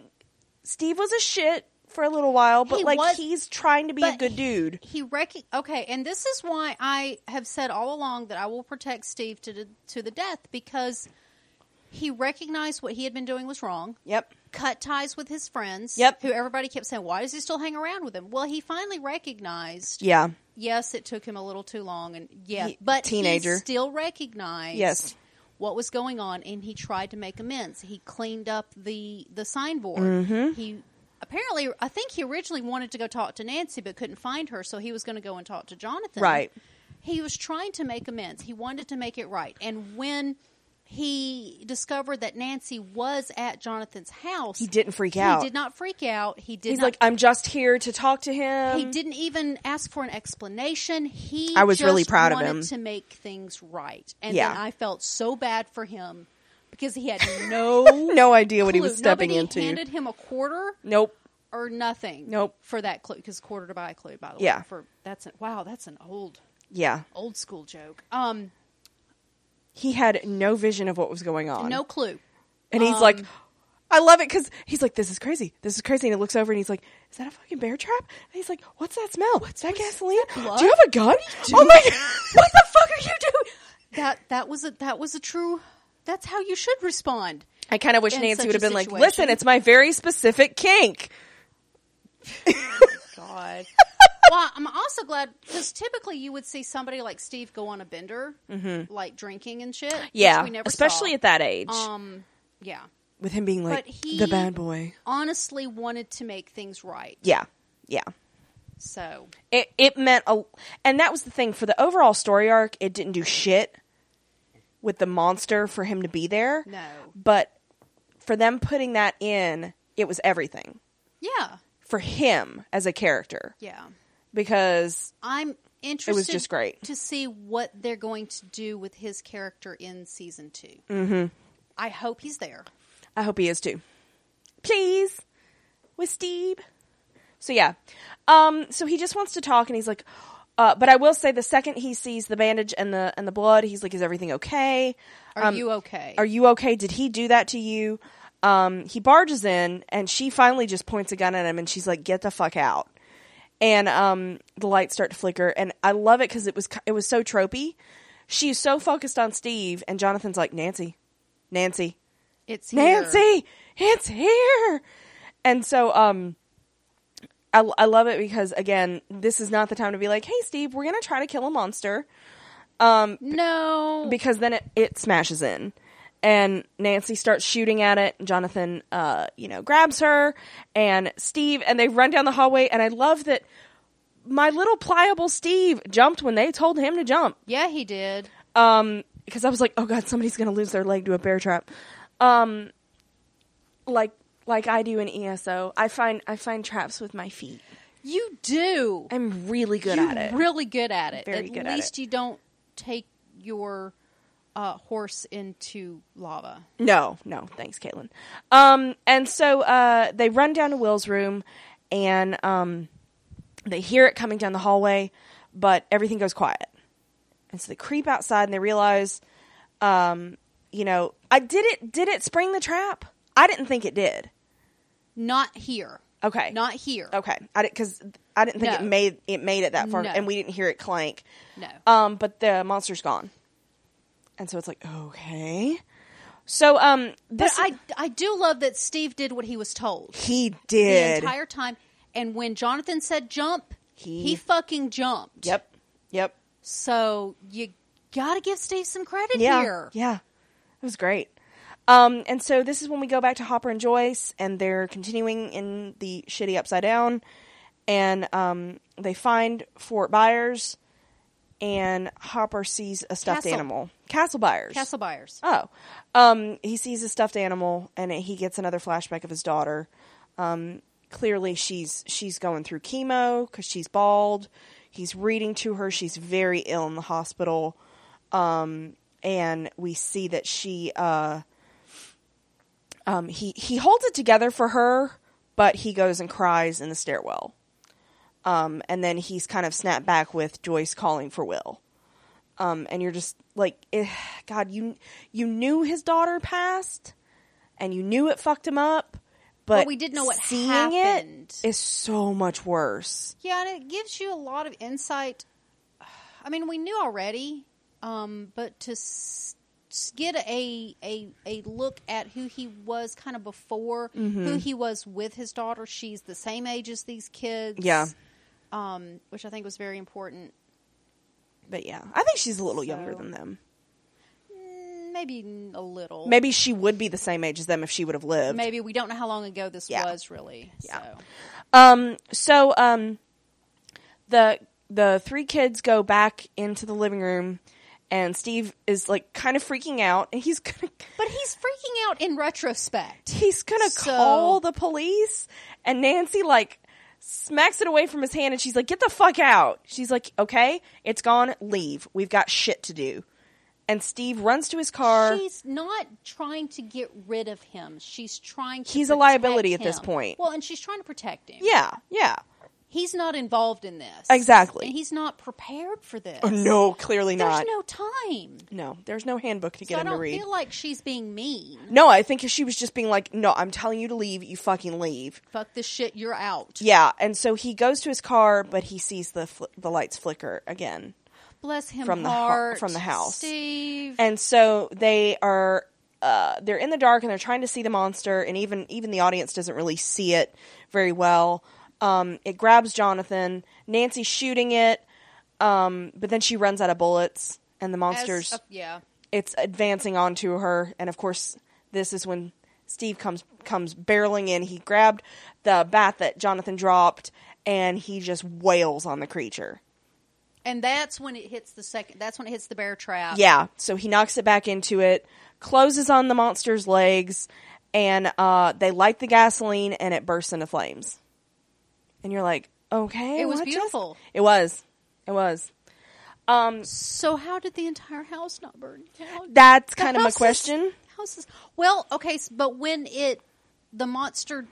Speaker 1: Steve was a shit for a little while, but
Speaker 2: He
Speaker 1: like
Speaker 2: was-
Speaker 1: he's trying to be a
Speaker 2: but
Speaker 1: good dude.
Speaker 2: he rec- okay and this is why i have said all along that i will protect steve to the, to the death because he recognized what he had been doing was wrong
Speaker 1: Yep.
Speaker 2: cut ties with his friends
Speaker 1: Yep.
Speaker 2: who everybody kept saying why does he still hang around with him well he finally recognized
Speaker 1: Yeah.
Speaker 2: yes it took him a little too long and yeah
Speaker 1: He-
Speaker 2: but
Speaker 1: teenager.
Speaker 2: he still recognized
Speaker 1: Yes.
Speaker 2: what was going on and he tried to make amends he cleaned up the the signboard
Speaker 1: Mm-hmm.
Speaker 2: he apparently i think he originally wanted to go talk to nancy but couldn't find her so he was going to go and talk to jonathan
Speaker 1: Right.
Speaker 2: he was trying to make amends he wanted to make it right and when he discovered that nancy was at jonathan's house
Speaker 1: He didn't freak out.
Speaker 2: he did not freak out he did
Speaker 1: He's
Speaker 2: not
Speaker 1: like, I'm just here to talk to him.
Speaker 2: he didn't even ask for an explanation. He
Speaker 1: Um, I was
Speaker 2: just
Speaker 1: really proud of
Speaker 2: wanted
Speaker 1: him.
Speaker 2: to make things right, and
Speaker 1: Yeah.
Speaker 2: then I felt so bad for him because he had no
Speaker 1: no idea what he
Speaker 2: clue.
Speaker 1: was stepping
Speaker 2: Nobody
Speaker 1: into.
Speaker 2: Handed him a quarter
Speaker 1: nope.
Speaker 2: or nothing.
Speaker 1: Nope.
Speaker 2: for that clue because quarter to buy a clue. By the
Speaker 1: Yeah.
Speaker 2: way, for that's a, wow, that's an old
Speaker 1: Yeah.
Speaker 2: old school joke. Um,
Speaker 1: He had no vision of what was going on.
Speaker 2: no clue.
Speaker 1: And he's like, I love it because he's like, this is crazy. This is crazy. And he looks over and he's like, is that a fucking bear trap? And he's like, what's that smell? What's that gasoline?
Speaker 2: blood?
Speaker 1: Do you have a gun? Oh my God. what the fuck are you doing?
Speaker 2: That that was a that was a true. That's how you should respond.
Speaker 1: I kind of wish
Speaker 2: In
Speaker 1: Nancy
Speaker 2: such
Speaker 1: would
Speaker 2: a
Speaker 1: have been like,
Speaker 2: situation.
Speaker 1: listen, it's my very specific kink.
Speaker 2: God. well, I'm also glad because typically you would see somebody like Steve go on a bender, like drinking and shit. which
Speaker 1: Mm-hmm. Yeah.
Speaker 2: we never
Speaker 1: Especially
Speaker 2: saw.
Speaker 1: at that age.
Speaker 2: Um, yeah.
Speaker 1: With him being like,
Speaker 2: but he-
Speaker 1: the bad boy.
Speaker 2: Honestly, wanted to make things right.
Speaker 1: Yeah. Yeah.
Speaker 2: So
Speaker 1: it it meant a and that was the thing for the overall story arc it didn't do shit with the monster for him to be there
Speaker 2: No.
Speaker 1: but for them putting that in it was everything
Speaker 2: yeah,
Speaker 1: for him as a character
Speaker 2: yeah.
Speaker 1: because
Speaker 2: I'm interested.
Speaker 1: just great.
Speaker 2: to see what they're going to do with his character in season 2
Speaker 1: Mm-hmm.
Speaker 2: I hope he's there.
Speaker 1: i hope he is too please with steve so yeah um so he just wants to talk and he's like uh, but I will say, the second he sees the bandage and the and the blood, he's like, "Is everything okay?"
Speaker 2: Are
Speaker 1: Um,
Speaker 2: you okay?
Speaker 1: are you okay? Did he do that to you? Um, he barges in, and she finally just points a gun at him, and she's like, "Get the fuck out!" and um, the lights start to flicker. And I love it because it was it was so tropey. She's so focused on Steve, and Jonathan's like Nancy, Nancy,
Speaker 2: It's here.
Speaker 1: Nancy, it's here. And so, um, I, I love it because again, this is not the time to be like, hey, Steve, we're gonna try to kill a monster
Speaker 2: No.
Speaker 1: because then it, it smashes in and nancy starts shooting at it and jonathan uh, you know grabs her and steve and they run down the hallway and i love that my little pliable steve jumped when they told him to jump
Speaker 2: yeah, he did.
Speaker 1: um because i was like oh god somebody's gonna lose their leg to a bear trap um like like i do in eso i find i find traps with my feet
Speaker 2: You do.
Speaker 1: i'm really good
Speaker 2: You're
Speaker 1: at it
Speaker 2: Really good at it.
Speaker 1: Very
Speaker 2: at
Speaker 1: good at
Speaker 2: least you don't take your uh, horse into lava.
Speaker 1: No, no, thanks, Caitlin. Um, and so uh, they run down to Will's room, and um, they hear it coming down the hallway, but everything goes quiet. And so they creep outside, and they realize, um, you know, I did it. Did it spring the trap? I didn't think it did.
Speaker 2: Not here.
Speaker 1: Okay,
Speaker 2: Not here.
Speaker 1: okay. I because I didn't think it
Speaker 2: No.
Speaker 1: made it made it that far,
Speaker 2: No.
Speaker 1: and we didn't hear it clank.
Speaker 2: No.
Speaker 1: Um, but the monster's gone, and so it's like okay. So um,
Speaker 2: but
Speaker 1: this
Speaker 2: I, I do love that Steve did what he was told
Speaker 1: He
Speaker 2: the
Speaker 1: did.
Speaker 2: entire time. And when Jonathan said jump,
Speaker 1: He-
Speaker 2: he, fucking jumped.
Speaker 1: yep. Yep.
Speaker 2: So you got to give Steve some credit
Speaker 1: Yeah.
Speaker 2: here.
Speaker 1: Yeah. It was great. Um, and so this is when we go back to Hopper and Joyce, and they're continuing in the shitty upside down, and um, they find Fort Byers, and Hopper sees a stuffed
Speaker 2: Castle.
Speaker 1: animal, Castle Byers.
Speaker 2: Castle Buyers.
Speaker 1: Oh, um, he sees a stuffed animal, and he gets another flashback of his daughter. Um, clearly, she's she's going through chemo because she's bald. He's reading to her. She's very ill in the hospital, um, and we see that she uh, um, he he holds it together for her, but he goes and cries in the stairwell. Um, and then he's kind of snapped back with Joyce calling for Will. Um, and you're just like, eh, God, you you knew his daughter passed, and you knew it fucked him up, but,
Speaker 2: we didn't know what
Speaker 1: seeing
Speaker 2: happened.
Speaker 1: It is so much worse.
Speaker 2: Yeah, and it gives you a lot of insight. I mean, we knew already, um, but to s- s- get a, a a look at who he was kind of before,
Speaker 1: Mm-hmm.
Speaker 2: who he was with his daughter. She's the same age as these kids.
Speaker 1: Yeah.
Speaker 2: um, which I think was very important.
Speaker 1: But yeah, I think she's a little younger
Speaker 2: So-
Speaker 1: than them.
Speaker 2: Mm, Maybe n- a little.
Speaker 1: Maybe she would be the same age as them if she would have lived.
Speaker 2: Maybe we don't know how long ago this
Speaker 1: Yeah.
Speaker 2: was really.
Speaker 1: Yeah.
Speaker 2: So.
Speaker 1: Um, so um, the the three kids go back into the living room, and Steve is like kind of freaking out, and he's gonna
Speaker 2: But he's freaking out in retrospect.
Speaker 1: he's gonna
Speaker 2: So-
Speaker 1: call the police. And Nancy like smacks it away from his hand, and she's like, "Get the fuck out!" She's like, "Okay, it's gone. Leave. We've got shit to do." And Steve runs to his car.
Speaker 2: She's not trying to get rid of him. She's trying to.
Speaker 1: He's a
Speaker 2: protect
Speaker 1: liability at this
Speaker 2: him.
Speaker 1: point.
Speaker 2: Well, and she's trying to protect him.
Speaker 1: yeah, yeah.
Speaker 2: He's not involved in this.
Speaker 1: Exactly.
Speaker 2: And he's not prepared for this.
Speaker 1: No, clearly
Speaker 2: There's
Speaker 1: not.
Speaker 2: no time.
Speaker 1: no, there's no handbook to
Speaker 2: So
Speaker 1: get
Speaker 2: I
Speaker 1: him to
Speaker 2: don't
Speaker 1: read.
Speaker 2: feel like she's being mean.
Speaker 1: No, I think she was just being like, no, I'm telling you to leave, you fucking leave.
Speaker 2: Fuck this shit. You're out.
Speaker 1: Yeah, and so he goes to his car, but he sees the fl- the lights flicker again.
Speaker 2: Bless him
Speaker 1: From the hou-
Speaker 2: heart.
Speaker 1: from the house.
Speaker 2: Steve.
Speaker 1: And so they are uh, they're in the dark and they're trying to see the monster, and even even the audience doesn't really see it very well. Um, it grabs Jonathan. Nancy's shooting it, um, but then she runs out of bullets, and the
Speaker 2: As-
Speaker 1: monsters
Speaker 2: uh, yeah.
Speaker 1: it's advancing onto her, and of course, this is when Steve comes comes barreling in. He grabbed the bat that Jonathan dropped, and he just wails on the creature.
Speaker 2: And that's when it hits the second. That's when it hits the bear trap.
Speaker 1: Yeah, so he knocks it back into it, closes on the monster's legs, and uh, they light the gasoline, and it bursts into flames. And you're like, okay,
Speaker 2: It was
Speaker 1: what just-
Speaker 2: beautiful.
Speaker 1: It was, it was. Um,
Speaker 2: So how did the entire house not burn down?
Speaker 1: that's
Speaker 2: The
Speaker 1: kind of my
Speaker 2: house is-
Speaker 1: question.
Speaker 2: house is- well, okay, s- but when it the monster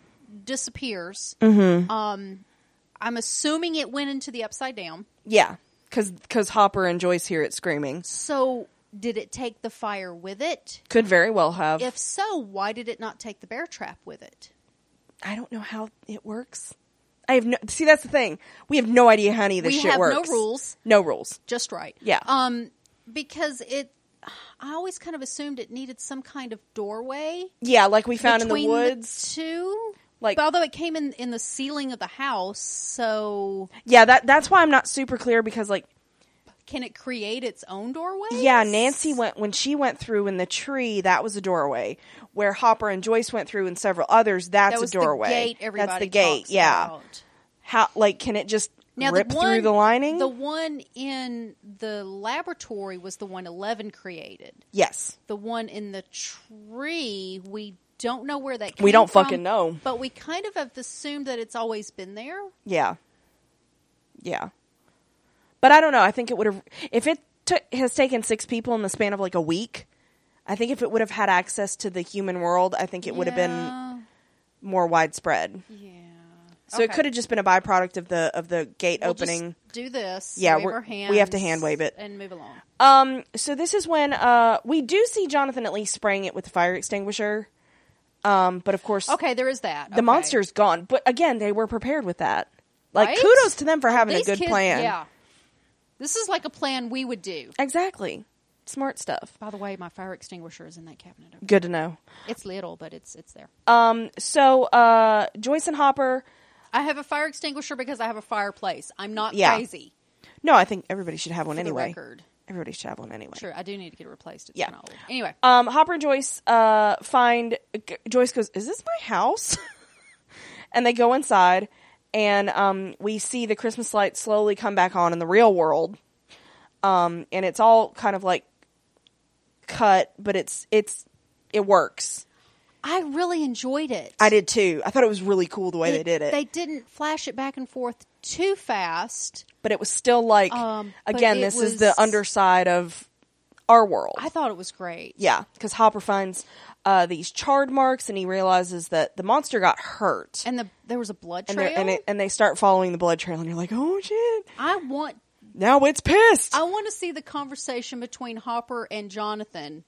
Speaker 2: disappears,
Speaker 1: Mm-hmm.
Speaker 2: um, I'm assuming it went into the upside down.
Speaker 1: Yeah, because Hopper and Joyce hear it screaming.
Speaker 2: So did it take the fire with it?
Speaker 1: Could very well have.
Speaker 2: If so, why did it not take the bear trap with it?
Speaker 1: I don't know how it works. I have no. See, that's the thing. We have no idea how any of this
Speaker 2: We
Speaker 1: shit
Speaker 2: have no
Speaker 1: works.
Speaker 2: rules.
Speaker 1: No rules.
Speaker 2: just right.
Speaker 1: Yeah.
Speaker 2: Um, because it, I always kind of assumed it needed some kind of doorway
Speaker 1: Yeah, like we found in the
Speaker 2: between
Speaker 1: woods.
Speaker 2: two.
Speaker 1: Like-
Speaker 2: but although it came in in the ceiling of the house, so
Speaker 1: yeah, that that's why I'm not super clear because like
Speaker 2: can it create its own doorway?
Speaker 1: yeah, Nancy went when she went through in the tree. That was a doorway where Hopper and Joyce went through, and several others. That's
Speaker 2: That was
Speaker 1: a doorway.
Speaker 2: The gate everybody
Speaker 1: that's the gate.
Speaker 2: talks
Speaker 1: yeah.
Speaker 2: about.
Speaker 1: How like can it just
Speaker 2: Now
Speaker 1: rip
Speaker 2: the one,
Speaker 1: through the lining?
Speaker 2: The one in the laboratory was the one Eleven created.
Speaker 1: yes.
Speaker 2: the one in the tree, we don't know where that came
Speaker 1: We don't
Speaker 2: from,
Speaker 1: fucking know.
Speaker 2: But we kind of have assumed that it's always been there.
Speaker 1: Yeah. Yeah. But I don't know. I think it would have if it took has taken six people in the span of like a week. I think if it would have had access to the human world, I think it would have been more widespread.
Speaker 2: Yeah.
Speaker 1: So it could have just been a byproduct of the of the gate opening.
Speaker 2: do this.
Speaker 1: Yeah,
Speaker 2: wave
Speaker 1: we're-
Speaker 2: our hands.
Speaker 1: we have to hand wave it.
Speaker 2: and move along.
Speaker 1: Um so this is when uh we do see Jonathan at least spraying it with the fire extinguisher. Um but of course
Speaker 2: Okay, there is that.
Speaker 1: the monster's gone. But again, they were prepared with that. Like
Speaker 2: Right?
Speaker 1: kudos to them for having a good plan.
Speaker 2: Yeah. This is like a plan we would do.
Speaker 1: Exactly. Smart stuff.
Speaker 2: By the way, my fire extinguisher is in that cabinet. Over there.
Speaker 1: Good to know.
Speaker 2: It's little, but it's it's there.
Speaker 1: Um, so uh, Joyce and Hopper.
Speaker 2: I have a fire extinguisher because I have a fireplace. I'm not
Speaker 1: Yeah.
Speaker 2: crazy.
Speaker 1: No, I think everybody should have one
Speaker 2: For the
Speaker 1: anyway.
Speaker 2: record.
Speaker 1: Everybody should have one anyway.
Speaker 2: Sure, I do need to get it replaced. It's
Speaker 1: Yeah.
Speaker 2: kind of old. Anyway,
Speaker 1: Um, Hopper and Joyce uh, find G- Joyce goes, "Is this my house?" and they go inside, and um, we see the Christmas lights slowly come back on in the real world. Um, and it's all kind of like cut, but it's it's it works.
Speaker 2: I really enjoyed it.
Speaker 1: I did too. I thought it was really cool the way they did it,
Speaker 2: They didn't flash it back and forth too fast.
Speaker 1: but it was still like
Speaker 2: Um, but
Speaker 1: again,
Speaker 2: it
Speaker 1: this is
Speaker 2: was-
Speaker 1: the underside of our world.
Speaker 2: I thought it was great.
Speaker 1: Yeah, because Hopper finds uh, these charred marks, and he realizes that the monster got hurt,
Speaker 2: And the there was a blood
Speaker 1: and,
Speaker 2: trail.
Speaker 1: they're- and, it, and they start following the blood trail, and you're like, oh shit,
Speaker 2: I want
Speaker 1: now it's pissed.
Speaker 2: I want to see the conversation between Hopper and Jonathan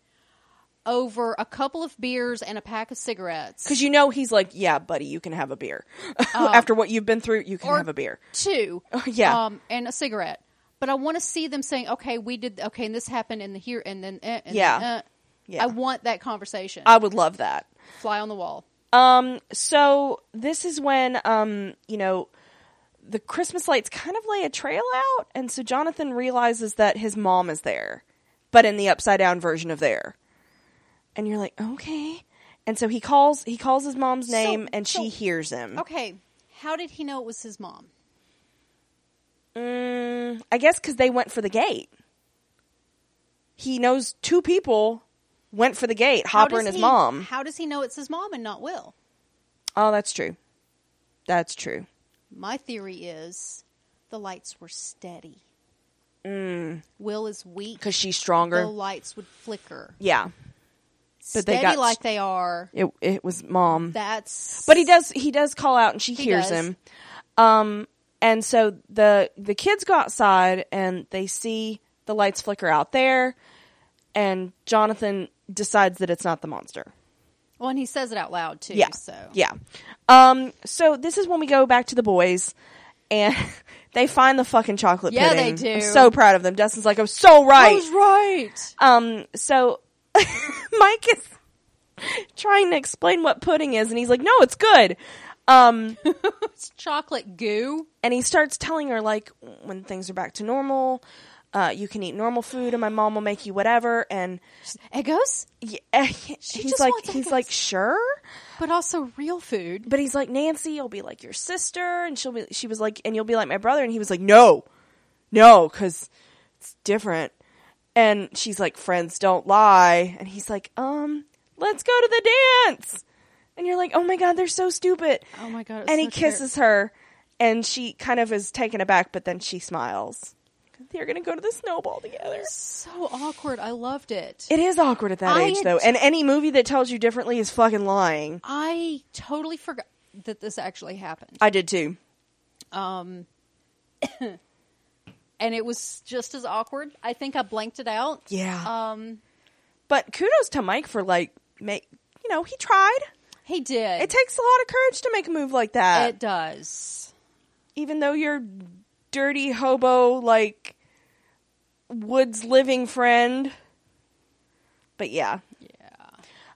Speaker 2: over a couple of beers and a pack of cigarettes.
Speaker 1: Because you know he's like, yeah, buddy, you can have a beer after what you've been through. You can
Speaker 2: Um, or-
Speaker 1: have a beer.
Speaker 2: Two.
Speaker 1: yeah.
Speaker 2: Um, and a cigarette. But I want to see them saying, "Okay, we did. Okay, and this happened, and the here, and then, eh, and
Speaker 1: Yeah.
Speaker 2: then, eh."
Speaker 1: Yeah. Uh,
Speaker 2: I want that conversation.
Speaker 1: I would love that.
Speaker 2: Fly on the wall.
Speaker 1: Um, so this is when um, you know, the Christmas lights kind of lay a trail out, and so Jonathan realizes that his mom is there, but in the upside down version of there. And you're like, okay. And so he calls he calls his mom's name and
Speaker 2: so-
Speaker 1: she hears him.
Speaker 2: Okay, how did he know it was his mom?
Speaker 1: Mm, I guess because they went for the gate. He knows two people went for the gate,
Speaker 2: How
Speaker 1: Hopper
Speaker 2: does
Speaker 1: and his
Speaker 2: he-
Speaker 1: mom.
Speaker 2: How does he know it's his mom and not Will?
Speaker 1: Oh, that's true. That's true.
Speaker 2: My theory is the lights were steady.
Speaker 1: Mm.
Speaker 2: Will is weak.
Speaker 1: Because she's stronger.
Speaker 2: The lights would flicker.
Speaker 1: yeah. But they
Speaker 2: steady
Speaker 1: got-
Speaker 2: like they are.
Speaker 1: It it was mom.
Speaker 2: That's
Speaker 1: But he does he does call out and she
Speaker 2: He
Speaker 1: hears
Speaker 2: does.
Speaker 1: him. Um and so the the kids go outside and they see the lights flicker out there and Jonathan decides that it's not the monster.
Speaker 2: Well, and he says it out loud too.
Speaker 1: Yeah.
Speaker 2: So
Speaker 1: Yeah. Um so this is when we go back to the boys and they find the fucking chocolate
Speaker 2: Yeah, they
Speaker 1: pudding.
Speaker 2: do.
Speaker 1: I'm so proud of them. Dustin's like, I'm so right.
Speaker 2: I was right.
Speaker 1: Um, so Mike is trying to explain what pudding is, and he's like, "No, it's good." Um,
Speaker 2: It's chocolate goo.
Speaker 1: and he starts telling her like, "When things are back to normal, uh, you can eat normal food, and my mom will make you whatever." And
Speaker 2: Egos,
Speaker 1: yeah, he's
Speaker 2: just
Speaker 1: like,
Speaker 2: wants
Speaker 1: he's
Speaker 2: eggs.
Speaker 1: like, "Sure."
Speaker 2: but also real food.
Speaker 1: But he's like, "Nancy, you'll be like your sister," and she'll be, she was like, "And you'll be like my brother," and he was like, "No, no, because it's different." And she's like, "Friends don't lie," and he's like, "Um, let's go to the dance." And you're like, "Oh my god, they're so stupid."
Speaker 2: Oh my god. it was
Speaker 1: and he
Speaker 2: so terrible.
Speaker 1: kisses her, and she kind of is taken aback, but then she smiles. They're gonna go to the snowball together.
Speaker 2: So awkward. I loved it.
Speaker 1: It is awkward at that
Speaker 2: I
Speaker 1: age, though,
Speaker 2: ad-
Speaker 1: and any movie that tells you differently is fucking lying.
Speaker 2: I totally forgot that this actually happened.
Speaker 1: I did too.
Speaker 2: Um, and it was just as awkward. I think I blanked it out.
Speaker 1: Yeah.
Speaker 2: Um,
Speaker 1: But kudos to Mike for like make you know he tried.
Speaker 2: he did.
Speaker 1: It takes a lot of courage to make a move like that.
Speaker 2: It does.
Speaker 1: even though your dirty hobo like woods living friend. But yeah.
Speaker 2: Yeah.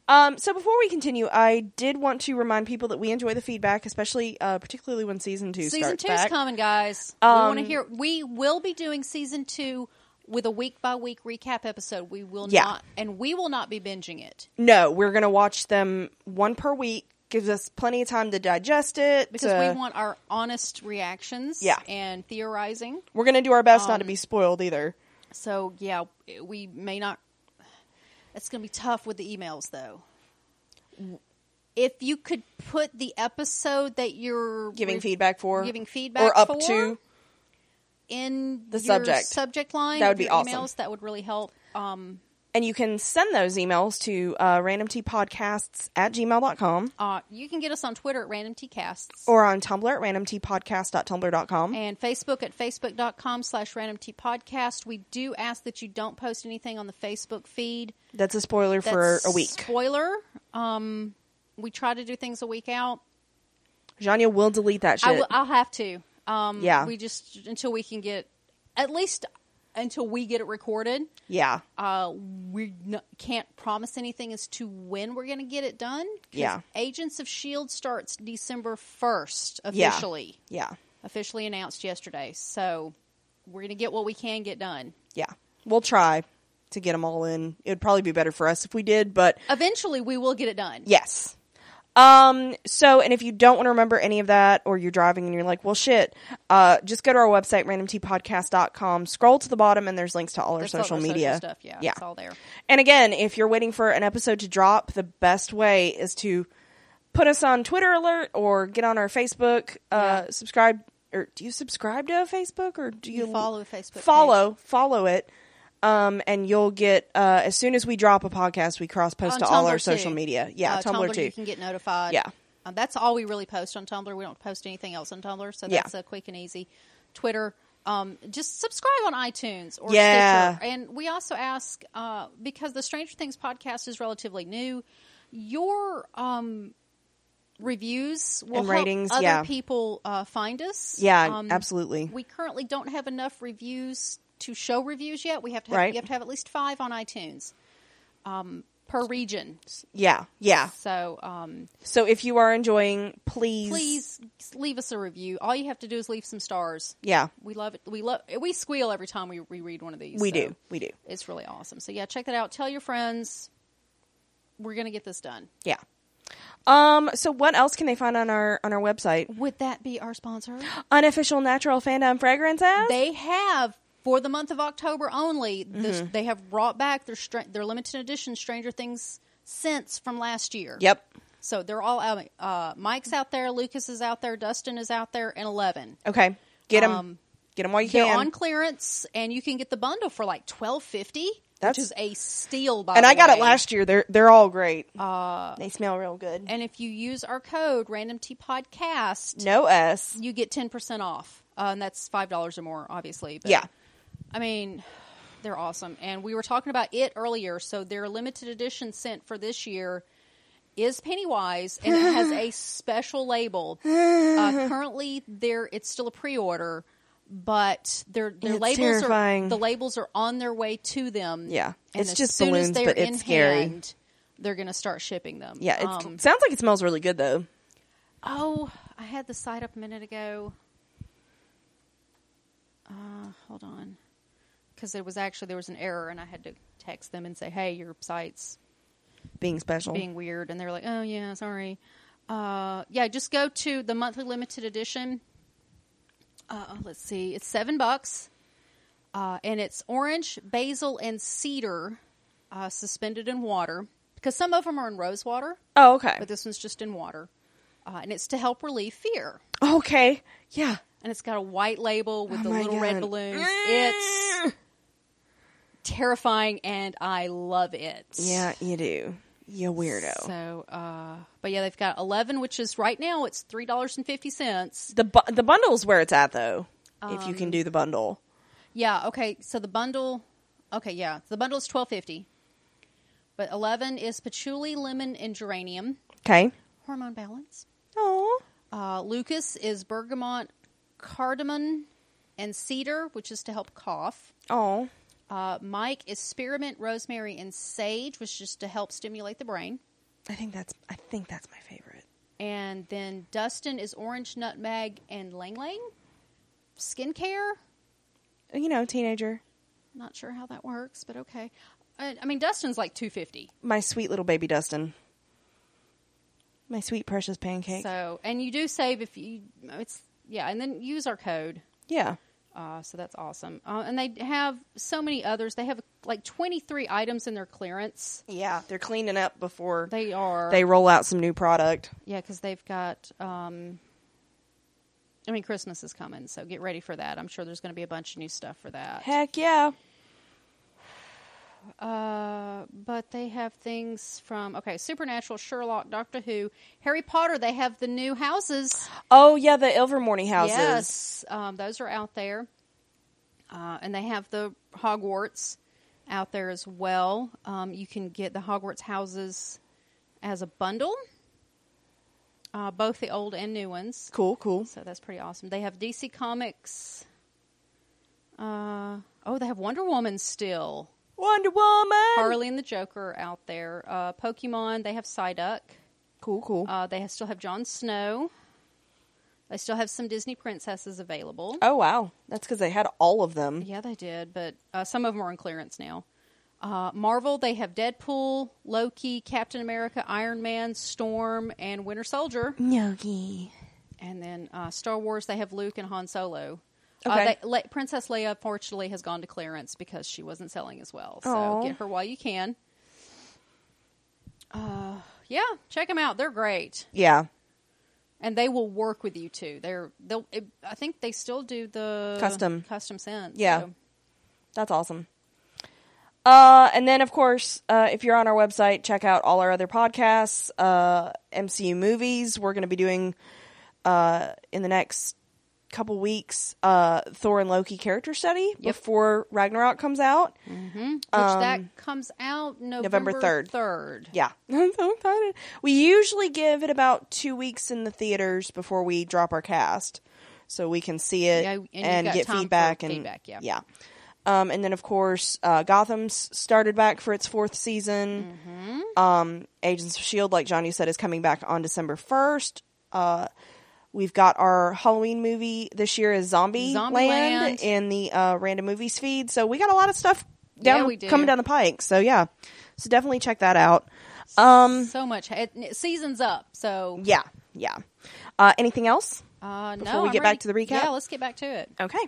Speaker 1: Um, so before we continue, I did want to remind people that we enjoy the feedback, especially uh, particularly when season two
Speaker 2: Season
Speaker 1: starts
Speaker 2: two's
Speaker 1: back.
Speaker 2: coming, guys. we
Speaker 1: Um,
Speaker 2: want to hear. We will be doing season two with a week by week recap episode. We will
Speaker 1: Yeah.
Speaker 2: not, and we will not be binging it
Speaker 1: No, we're gonna watch them one per week. Gives us plenty of time to digest it. Uh,
Speaker 2: because
Speaker 1: to-
Speaker 2: we want our honest reactions.
Speaker 1: Yeah.
Speaker 2: and theorizing.
Speaker 1: we're gonna do our best not to
Speaker 2: um,
Speaker 1: be spoiled either.
Speaker 2: So yeah, we may not. It's going to be tough with the emails, though. If you could put the episode that you're
Speaker 1: Giving
Speaker 2: re-
Speaker 1: feedback for
Speaker 2: giving feedback
Speaker 1: or up
Speaker 2: for
Speaker 1: to
Speaker 2: in
Speaker 1: the
Speaker 2: your
Speaker 1: subject.
Speaker 2: subject line,
Speaker 1: That would
Speaker 2: of
Speaker 1: be
Speaker 2: your
Speaker 1: awesome.
Speaker 2: Emails that would really help. Um,
Speaker 1: and you can send those emails to uh, randomtpodcasts at gmail.com
Speaker 2: Uh, you can get us on Twitter at Random Tea Casts
Speaker 1: or on Tumblr at randomtpodcast.tumblr.com.
Speaker 2: and Facebook at facebook.com slash random tea podcast. We do ask that you don't post anything on the Facebook feed
Speaker 1: That's a spoiler for
Speaker 2: That's
Speaker 1: a week.
Speaker 2: Spoiler. Um, we try to do things a week out.
Speaker 1: Janya will delete that shit.
Speaker 2: I will, I'll have to. Um,
Speaker 1: Yeah.
Speaker 2: We just until we can get at least until we get it recorded.
Speaker 1: yeah.
Speaker 2: Uh, we n- can't promise anything as to when we're going to get it done. 'cause
Speaker 1: Yeah.
Speaker 2: Agents of Shield E starts December first
Speaker 1: Yeah.
Speaker 2: officially.
Speaker 1: Yeah.
Speaker 2: officially announced yesterday. So we're going to get what we can get done.
Speaker 1: Yeah. We'll try to get them all in. It would probably be better for us if we did, but
Speaker 2: Eventually, we will get it done.
Speaker 1: yes. Um, so, and if you don't want to remember any of that or you're driving and you're like, well, shit, uh, just go to our website, randomtpodcast.com, scroll to the bottom, and there's links to all our
Speaker 2: That's all
Speaker 1: social
Speaker 2: the
Speaker 1: media.
Speaker 2: stuff. Yeah,
Speaker 1: Yeah.
Speaker 2: it's all there.
Speaker 1: And again, if you're waiting for an episode to drop, the best way is to put us on Twitter alert or get on our Facebook. Uh,
Speaker 2: Yeah.
Speaker 1: Subscribe or do you subscribe to a Facebook or do you,
Speaker 2: follow a Facebook page.
Speaker 1: Follow, follow it, um, and you'll get uh, as soon as we drop a podcast, we cross post
Speaker 2: On
Speaker 1: to all
Speaker 2: Tumblr,
Speaker 1: our
Speaker 2: too.
Speaker 1: social media. Yeah,
Speaker 2: Uh,
Speaker 1: Tumblr, too.
Speaker 2: You can get notified.
Speaker 1: Yeah.
Speaker 2: Uh, that's all we really post on Tumblr. We don't post anything else on Tumblr, so
Speaker 1: Yeah.
Speaker 2: that's uh, quick and easy. Twitter. Um, just subscribe on iTunes or
Speaker 1: Yeah.
Speaker 2: Stitcher. And we also ask uh, because the Stranger Things podcast is relatively new, your um, reviews will
Speaker 1: And
Speaker 2: help
Speaker 1: ratings,
Speaker 2: other
Speaker 1: yeah.
Speaker 2: people uh, find us.
Speaker 1: yeah,
Speaker 2: Um,
Speaker 1: absolutely.
Speaker 2: we currently don't have enough reviews to show reviews yet. We have to have,
Speaker 1: Right.
Speaker 2: you have to have at least five on iTunes um, per region.
Speaker 1: yeah, yeah.
Speaker 2: So um,
Speaker 1: So if you are enjoying, please,
Speaker 2: please leave us a review. All you have to do is leave some stars.
Speaker 1: yeah,
Speaker 2: We love it. We love. We squeal every time we reread one of these.
Speaker 1: we
Speaker 2: so
Speaker 1: do, we do.
Speaker 2: It's really awesome. So yeah, check that out. Tell your friends. We're gonna get this done.
Speaker 1: Yeah. Um. So what else can they find on our on our website?
Speaker 2: Would that be our sponsor?
Speaker 1: unofficial natural fandom fragrances.
Speaker 2: they have for the month of October only. The,
Speaker 1: Mm-hmm.
Speaker 2: They have brought back their stra- their limited edition Stranger Things scents from last year.
Speaker 1: yep.
Speaker 2: So they're all out. Uh, Mike's out there, Lucas is out there, Dustin is out there, and Eleven.
Speaker 1: Okay. Get them.
Speaker 2: Um,
Speaker 1: get them while you
Speaker 2: They're
Speaker 1: can.
Speaker 2: on clearance, and you can get the bundle for like twelve fifty, which
Speaker 1: That's-
Speaker 2: is a steal. By
Speaker 1: and
Speaker 2: the
Speaker 1: I got it
Speaker 2: way.
Speaker 1: last year. They're they're all great. they smell real good.
Speaker 2: Uh, And if you use our code Random Tea Podcast,
Speaker 1: no S.
Speaker 2: you get ten percent off, uh, and that's five dollars or more, obviously. But
Speaker 1: Yeah.
Speaker 2: I mean, they're awesome. And we were talking about it earlier. So their limited edition scent for this year is Pennywise, and it has a special label. Uh, currently, there it's still a pre-order, but their their
Speaker 1: It's
Speaker 2: labels
Speaker 1: terrifying.
Speaker 2: are the labels are on their way to them.
Speaker 1: Yeah.
Speaker 2: and
Speaker 1: It's
Speaker 2: as
Speaker 1: just
Speaker 2: soon
Speaker 1: balloons,
Speaker 2: as they're
Speaker 1: but it's
Speaker 2: in
Speaker 1: scary.
Speaker 2: Hand, they're going to start shipping them.
Speaker 1: Yeah. It
Speaker 2: Um,
Speaker 1: sounds like it smells really good though.
Speaker 2: Oh, I had the site up a minute ago. Uh, hold on, because it was actually there was an error, and I had to text them and say, "Hey, your site's
Speaker 1: Being special.
Speaker 2: being weird," and they're like, "Oh yeah, sorry." Uh, yeah, just go to the monthly limited edition. Uh, let's see, it's seven bucks, uh, and it's orange, basil, and cedar uh, suspended in water because some of them are in rose water,
Speaker 1: oh, okay.
Speaker 2: but this one's just in water, uh, and it's to help relieve fear
Speaker 1: Okay. Yeah.
Speaker 2: and it's got a white label with
Speaker 1: Oh
Speaker 2: the
Speaker 1: my
Speaker 2: little red
Speaker 1: God.
Speaker 2: balloons. It's terrifying, and I love it.
Speaker 1: Yeah, you do. You weirdo.
Speaker 2: So, uh, but yeah, they've got eleven, which is right now it's three dollars and fifty cents.
Speaker 1: the bu- the bundle's where it's at though. if you
Speaker 2: Um,
Speaker 1: can do the bundle.
Speaker 2: Yeah. Okay. So the bundle. Okay. Yeah. The bundle is twelve fifty. But eleven is patchouli, lemon, and geranium
Speaker 1: Okay.
Speaker 2: hormone balance.
Speaker 1: Oh.
Speaker 2: Uh, Lucas is bergamot, cardamom and cedar, which is to help cough.
Speaker 1: Oh,
Speaker 2: Uh, Mike is spearmint, rosemary, and sage, which is to help stimulate the brain.
Speaker 1: I think that's I think that's my favorite.
Speaker 2: And then Dustin is orange, nutmeg, and lang lang. Skincare?
Speaker 1: You know, teenager.
Speaker 2: Not sure how that works, but okay. Uh, I, I mean, Dustin's like 250.
Speaker 1: My sweet little baby Dustin. My sweet precious pancake.
Speaker 2: So, and you do save if you, it's, yeah, and then use our code.
Speaker 1: yeah.
Speaker 2: Uh, so that's awesome. Uh, and they have so many others. They have like 23 items in their clearance.
Speaker 1: Yeah, they're cleaning up before
Speaker 2: They are.
Speaker 1: they roll out some new product.
Speaker 2: Yeah, because they've got. Um, I mean, Christmas is coming, so get ready for that. I'm sure there's going to be a bunch of new stuff for that.
Speaker 1: Heck yeah.
Speaker 2: Uh, but they have things from okay, Supernatural, Sherlock, Doctor Who, Harry Potter. They have the new houses.
Speaker 1: Oh yeah, the Ilvermorny houses.
Speaker 2: Yes, um, those are out there, uh, and they have the Hogwarts out there as well. Um, you can get the Hogwarts houses as a bundle, uh, both the old and new ones.
Speaker 1: Cool, cool.
Speaker 2: So that's pretty awesome. They have DC Comics. Uh, oh, they have Wonder Woman still.
Speaker 1: Wonder Woman.
Speaker 2: Harley and the Joker are out there. Uh, Pokemon, they have Psyduck.
Speaker 1: Cool, cool.
Speaker 2: Uh, they still have Jon Snow. They still have some Disney princesses available.
Speaker 1: oh wow, that's because they had all of them.
Speaker 2: Yeah, they did, but uh, some of them are on clearance now. Uh, Marvel, they have Deadpool, Loki, Captain America, Iron Man, Storm, and Winter Soldier.
Speaker 1: Yogi.
Speaker 2: And then uh, Star Wars, they have Luke and Han Solo. Uh,
Speaker 1: Okay.
Speaker 2: they, Le- Princess Leia, unfortunately, has gone to clearance because she wasn't selling as well. So
Speaker 1: Aw.
Speaker 2: get her while you can. Uh, yeah, check them out. They're great,
Speaker 1: Yeah.
Speaker 2: and they will work with you too. They're they'll. It, I think they still do the
Speaker 1: Custom.
Speaker 2: custom scents.
Speaker 1: Yeah.
Speaker 2: so-
Speaker 1: That's awesome. Uh, and then, of course, uh, if you're on our website, check out all our other podcasts, uh, MCU movies. We're going to be doing uh, in the next couple weeks uh, Thor and Loki character study
Speaker 2: Yep.
Speaker 1: before Ragnarok comes out.
Speaker 2: which
Speaker 1: Um,
Speaker 2: that comes out November
Speaker 1: 3rd.
Speaker 2: Third.
Speaker 1: Yeah, I'm so excited. We usually give it about two weeks in the theaters before we drop our cast, so we can see it
Speaker 2: Yeah, and
Speaker 1: and,
Speaker 2: you've got
Speaker 1: get
Speaker 2: time for
Speaker 1: feedback and
Speaker 2: feedback, yeah.
Speaker 1: yeah. Um, and then of course, uh, Gotham's started back for its fourth season.
Speaker 2: Mm-hmm.
Speaker 1: Um, Agents of Shield, like Johnny said, is coming back on December first. Uh, we've got our Halloween movie this year is Zombie,
Speaker 2: Zombieland.
Speaker 1: Land in the uh, random movies feed. So we got a lot of stuff down
Speaker 2: Yeah, we do.
Speaker 1: coming down the pike. So yeah, so definitely check that out. Um,
Speaker 2: So much. It, it seasons up. So
Speaker 1: yeah, yeah. Uh, anything else?
Speaker 2: uh, no.
Speaker 1: Before we
Speaker 2: I'm
Speaker 1: get back
Speaker 2: ready-
Speaker 1: to the recap?
Speaker 2: Yeah, let's get back to it.
Speaker 1: Okay.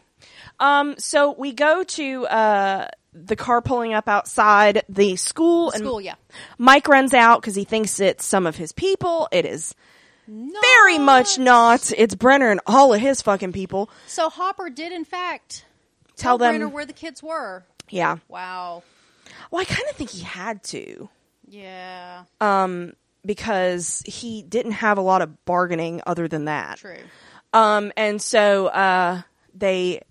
Speaker 1: Um, so we go to uh, the car pulling up outside the school, and
Speaker 2: School. Yeah.
Speaker 1: Mike runs out because he thinks it's some of his people. It is very much not. It's Brenner and all of his fucking people.
Speaker 2: So Hopper did, in fact,
Speaker 1: Tell them-
Speaker 2: Oh, Brenner where the kids were.
Speaker 1: Yeah.
Speaker 2: Wow.
Speaker 1: Well, I kind of think he had to.
Speaker 2: Yeah.
Speaker 1: Uh, because he didn't have a lot of bargaining other than that.
Speaker 2: True.
Speaker 1: Um, and so uh, they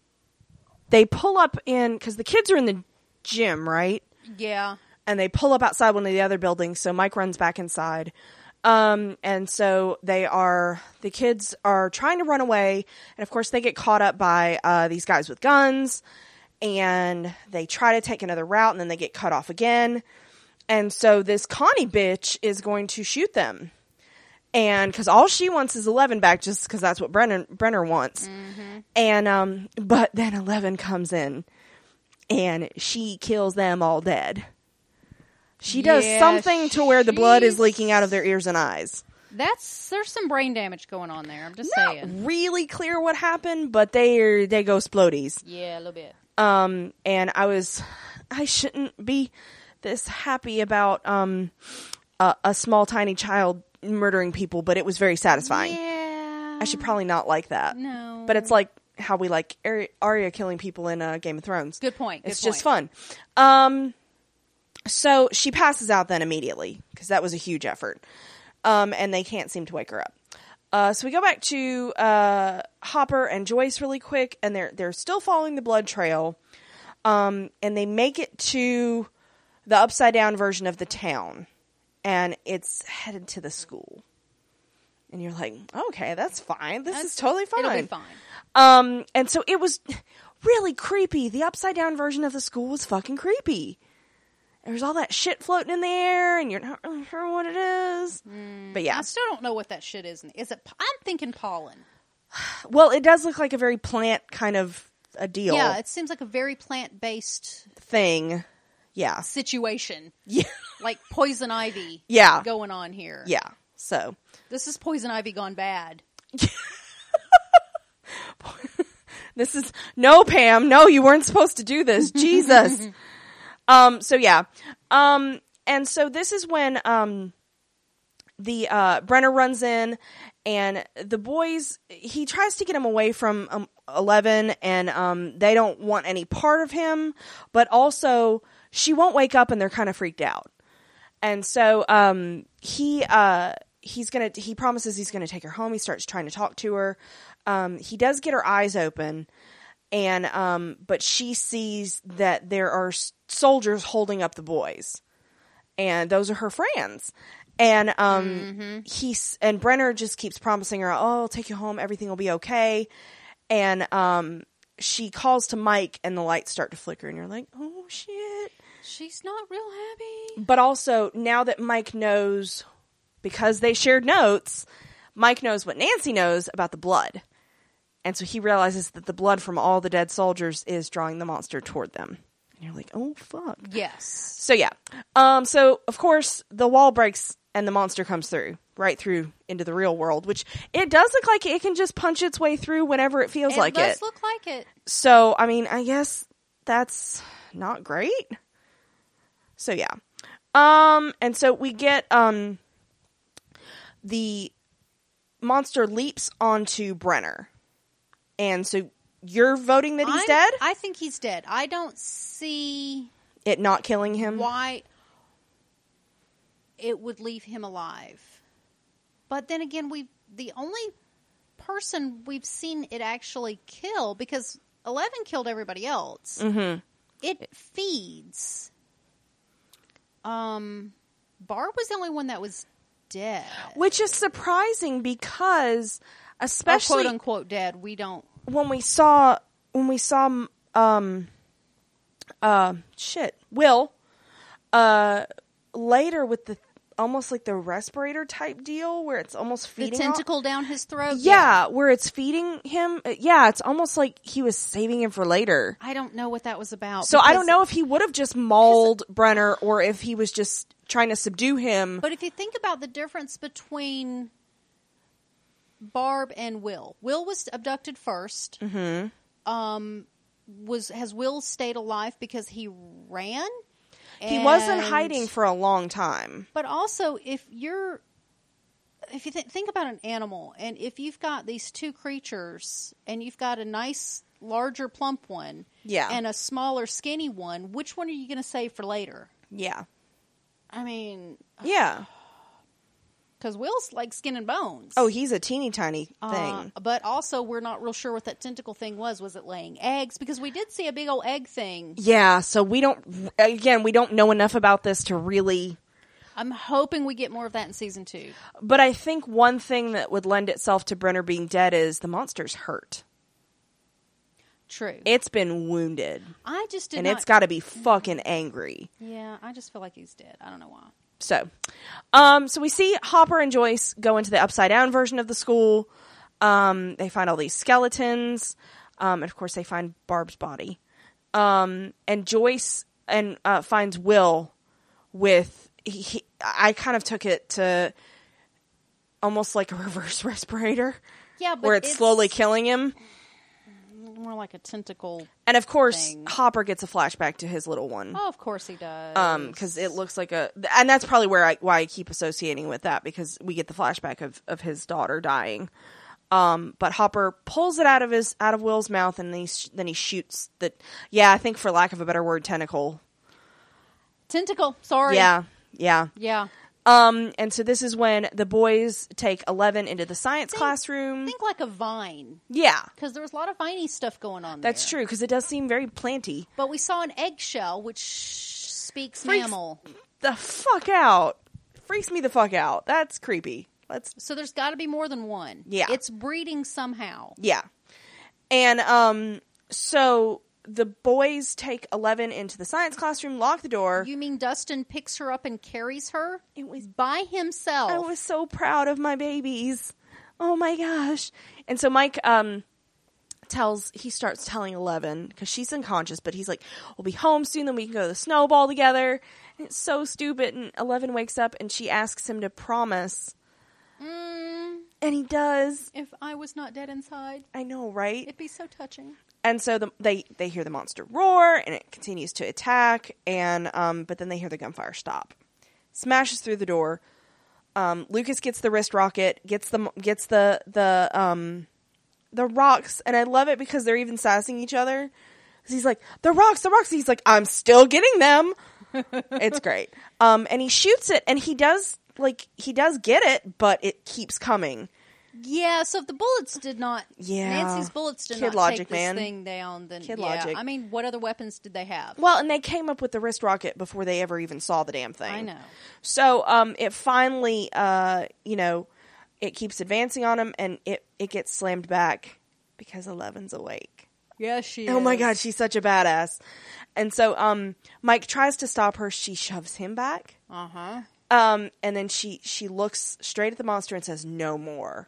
Speaker 1: they pull up in because the kids are in the gym, right?
Speaker 2: Yeah.
Speaker 1: And they pull up outside one of the other buildings. So Mike runs back inside. Um, and so they are the kids are trying to run away, and of course they get caught up by uh, these guys with guns, and they try to take another route, and then they get cut off again. And so this Connie bitch is going to shoot them. And because all she wants is Eleven back, just because that's what Brenner Brenner wants.
Speaker 2: Mm-hmm.
Speaker 1: And um, but then Eleven comes in, and she kills them all dead. She does
Speaker 2: Yeah,
Speaker 1: something to where the blood is
Speaker 2: she's-
Speaker 1: leaking out of their ears and eyes.
Speaker 2: That's there's some brain damage going on there. I'm just saying.
Speaker 1: Not really clear what happened, but they are, they go splodies.
Speaker 2: Yeah, a little bit.
Speaker 1: um and i was i shouldn't be this happy about um a, a small tiny child murdering people but it was very satisfying
Speaker 2: Yeah.
Speaker 1: i should probably not like that
Speaker 2: No.
Speaker 1: but it's like how we like Ari- Arya killing people in uh, Game of Thrones.
Speaker 2: Good point, good
Speaker 1: it's just fun. Um, so she passes out then immediately because that was a huge effort. Um, and they can't seem to wake her up. Uh, so we go back to uh, Hopper and Joyce really quick, and they're they're still following the blood trail. Um, and they make it to the upside down version of the town, and it's headed to the school. And you're like, okay, that's fine. This
Speaker 2: That's-
Speaker 1: is totally fine.
Speaker 2: It'll be fine.
Speaker 1: Um, and so it was really creepy. The upside down version of the school was fucking creepy. There's all that shit floating in the air, and you're not really sure what it is. But yeah,
Speaker 2: I still don't know what that shit is. Is it? I'm thinking pollen.
Speaker 1: well, it does look like a very plant kind of a deal
Speaker 2: Yeah, it seems like a very plant based
Speaker 1: thing. Yeah,
Speaker 2: situation,
Speaker 1: yeah,
Speaker 2: like poison ivy.
Speaker 1: Yeah.
Speaker 2: going on here.
Speaker 1: yeah. So
Speaker 2: this is poison ivy gone bad.
Speaker 1: this is no Pam, no, you weren't supposed to do this, Jesus. um, so yeah, um, and so this is when um, the uh, Brenner runs in, and the boys he tries to get him away from um, Eleven, and um, they don't want any part of him, but also she won't wake up, and they're kind of freaked out, and so um, he. Uh, He's gonna. He promises he's gonna take her home. He starts trying to talk to her. Um, he does get her eyes open, and um, but she sees that there are s- soldiers holding up the boys, and those are her friends. And um, he's and Brenner just keeps promising her, "Oh, I'll take you home. Everything will be okay." And um, she calls to Mike, and the lights start to flicker, and you're like, "Oh shit!"
Speaker 2: She's not real happy.
Speaker 1: But also now that Mike knows, because they shared notes, Mike knows what Nancy knows about the blood. And so he realizes that the blood from all the dead soldiers is drawing the monster toward them. And you're like, oh, fuck.
Speaker 2: Yes.
Speaker 1: So, yeah. Um, so, of course, the wall breaks and the monster comes through, right through into the real world, which it does look like it can just punch its way through whenever it feels
Speaker 2: It
Speaker 1: like
Speaker 2: does
Speaker 1: it.
Speaker 2: look like it.
Speaker 1: So, I mean, I guess that's not great. So, yeah. Um, and so we get um the monster leaps onto Brenner. And so you're voting that he's
Speaker 2: I'm-
Speaker 1: dead?
Speaker 2: I think he's dead. I don't see
Speaker 1: it not killing him.
Speaker 2: why it would leave him alive. But then again, we the only person we've seen it actually kill because Eleven killed everybody else.
Speaker 1: Mhm.
Speaker 2: It feeds. Um, Barb was the only one that was dead,
Speaker 1: Which is surprising because especially
Speaker 2: quote unquote dead. We don't.
Speaker 1: when we saw when we saw um uh shit will uh later with the almost like the respirator type deal where it's almost
Speaker 2: The
Speaker 1: feeding all-
Speaker 2: tentacle down his throat.
Speaker 1: yeah, where it's feeding him uh, yeah it's almost like he was saving him for later
Speaker 2: I don't know what that was about.
Speaker 1: so i don't
Speaker 2: because-
Speaker 1: know if he would have just mauled brenner or if he was just trying to subdue him
Speaker 2: But if you think about the difference between Barb and Will, Will was abducted 1st Mm-hmm. Um, was has Will stayed alive because he ran?
Speaker 1: he wasn't
Speaker 2: And-
Speaker 1: hiding for a long time
Speaker 2: But also, if you're if you th- think about an animal, and if you've got these two creatures, and you've got a nice larger plump one,
Speaker 1: Yeah.
Speaker 2: and a smaller skinny one, which one are you going to save for later?
Speaker 1: yeah
Speaker 2: I mean,
Speaker 1: yeah
Speaker 2: because Will's like skin and bones.
Speaker 1: oh he's a teeny tiny thing
Speaker 2: Uh, but also, we're not real sure what that tentacle thing was. Was it laying eggs? Because we did see a big old egg thing.
Speaker 1: Yeah, so we don't again, we don't know enough about this to really
Speaker 2: I'm hoping we get more of that in season two.
Speaker 1: but I think one thing that would lend itself to Brenner being dead is the monster's hurt.
Speaker 2: True.
Speaker 1: It's been wounded
Speaker 2: I just did
Speaker 1: and
Speaker 2: not.
Speaker 1: it's got to be fucking angry.
Speaker 2: yeah, I just feel like he's dead. I don't know why.
Speaker 1: So, um so we see Hopper and Joyce go into the upside down version of the school. Um they find all these skeletons. Um and of course they find Barb's body. Um and Joyce and uh finds Will with he, he I kind of took it to almost like a reverse respirator
Speaker 2: Yeah, but
Speaker 1: where it's, slowly killing him.
Speaker 2: more like a tentacle.
Speaker 1: And of course,
Speaker 2: Thing.
Speaker 1: Hopper gets a flashback to his little one.
Speaker 2: Oh, of course he does.
Speaker 1: Um, 'cause because it looks like a, and that's probably where I why I keep associating with that because we get the flashback of of his daughter dying. Um, but Hopper pulls it out of his out of Will's mouth, and then he sh- then he shoots the. Yeah, I think for lack of a better word, tentacle.
Speaker 2: tentacle. Sorry.
Speaker 1: Yeah, yeah.
Speaker 2: yeah.
Speaker 1: Um, and so this is when the boys take Eleven into the science classroom.
Speaker 2: Think like a vine
Speaker 1: yeah,
Speaker 2: because there was a lot of viney stuff going on.
Speaker 1: that's
Speaker 2: there.
Speaker 1: true because it does seem very planty.
Speaker 2: But we saw an eggshell, which speaks
Speaker 1: Freaks-
Speaker 2: mammal.
Speaker 1: The fuck out freaks me the fuck out. That's creepy. Let's
Speaker 2: So there's got to be more than one.
Speaker 1: Yeah.
Speaker 2: It's breeding somehow.
Speaker 1: Yeah. And um so the boys take 11 into the science classroom, lock the door.
Speaker 2: You mean Dustin picks her up and carries her?
Speaker 1: It was-
Speaker 2: by himself.
Speaker 1: I was so proud of my babies. Oh my gosh. And so Mike um tells he starts telling 11 cuz she's unconscious, but he's like we'll be home soon then we can go to the snowball together. And it's so stupid and 11 wakes up and she asks him to promise
Speaker 2: Mm,
Speaker 1: and he does.
Speaker 2: if I was not dead inside,
Speaker 1: I know, right?
Speaker 2: it'd be so touching.
Speaker 1: and so the, they they hear the monster roar and it continues to attack and um but then they hear the gunfire stop smashes through the door um lucas gets the wrist rocket gets the gets the the um the rocks and i love it because they're even sassing each other 'Cause he's like the rocks the rocks he's like i'm still getting them it's great um and he shoots it and he does like he does get it but it keeps coming
Speaker 2: Yeah, so if the bullets did not,
Speaker 1: Yeah.
Speaker 2: Nancy's bullets did
Speaker 1: Kid
Speaker 2: not
Speaker 1: logic,
Speaker 2: take this
Speaker 1: man.
Speaker 2: thing down. Then
Speaker 1: Kid
Speaker 2: yeah,
Speaker 1: logic.
Speaker 2: I mean, what other weapons did they have?
Speaker 1: Well, and they came up with the wrist rocket before they ever even saw the damn thing.
Speaker 2: I know.
Speaker 1: So um, it finally, uh, you know, it keeps advancing on him, and it it gets slammed back because Eleven's awake.
Speaker 2: Yeah, she.
Speaker 1: Oh my
Speaker 2: is.
Speaker 1: god, she's such a badass. And so um, Mike tries to stop her. She shoves him back,
Speaker 2: Uh huh.
Speaker 1: um, and then she she looks straight at the monster and says, "No more,"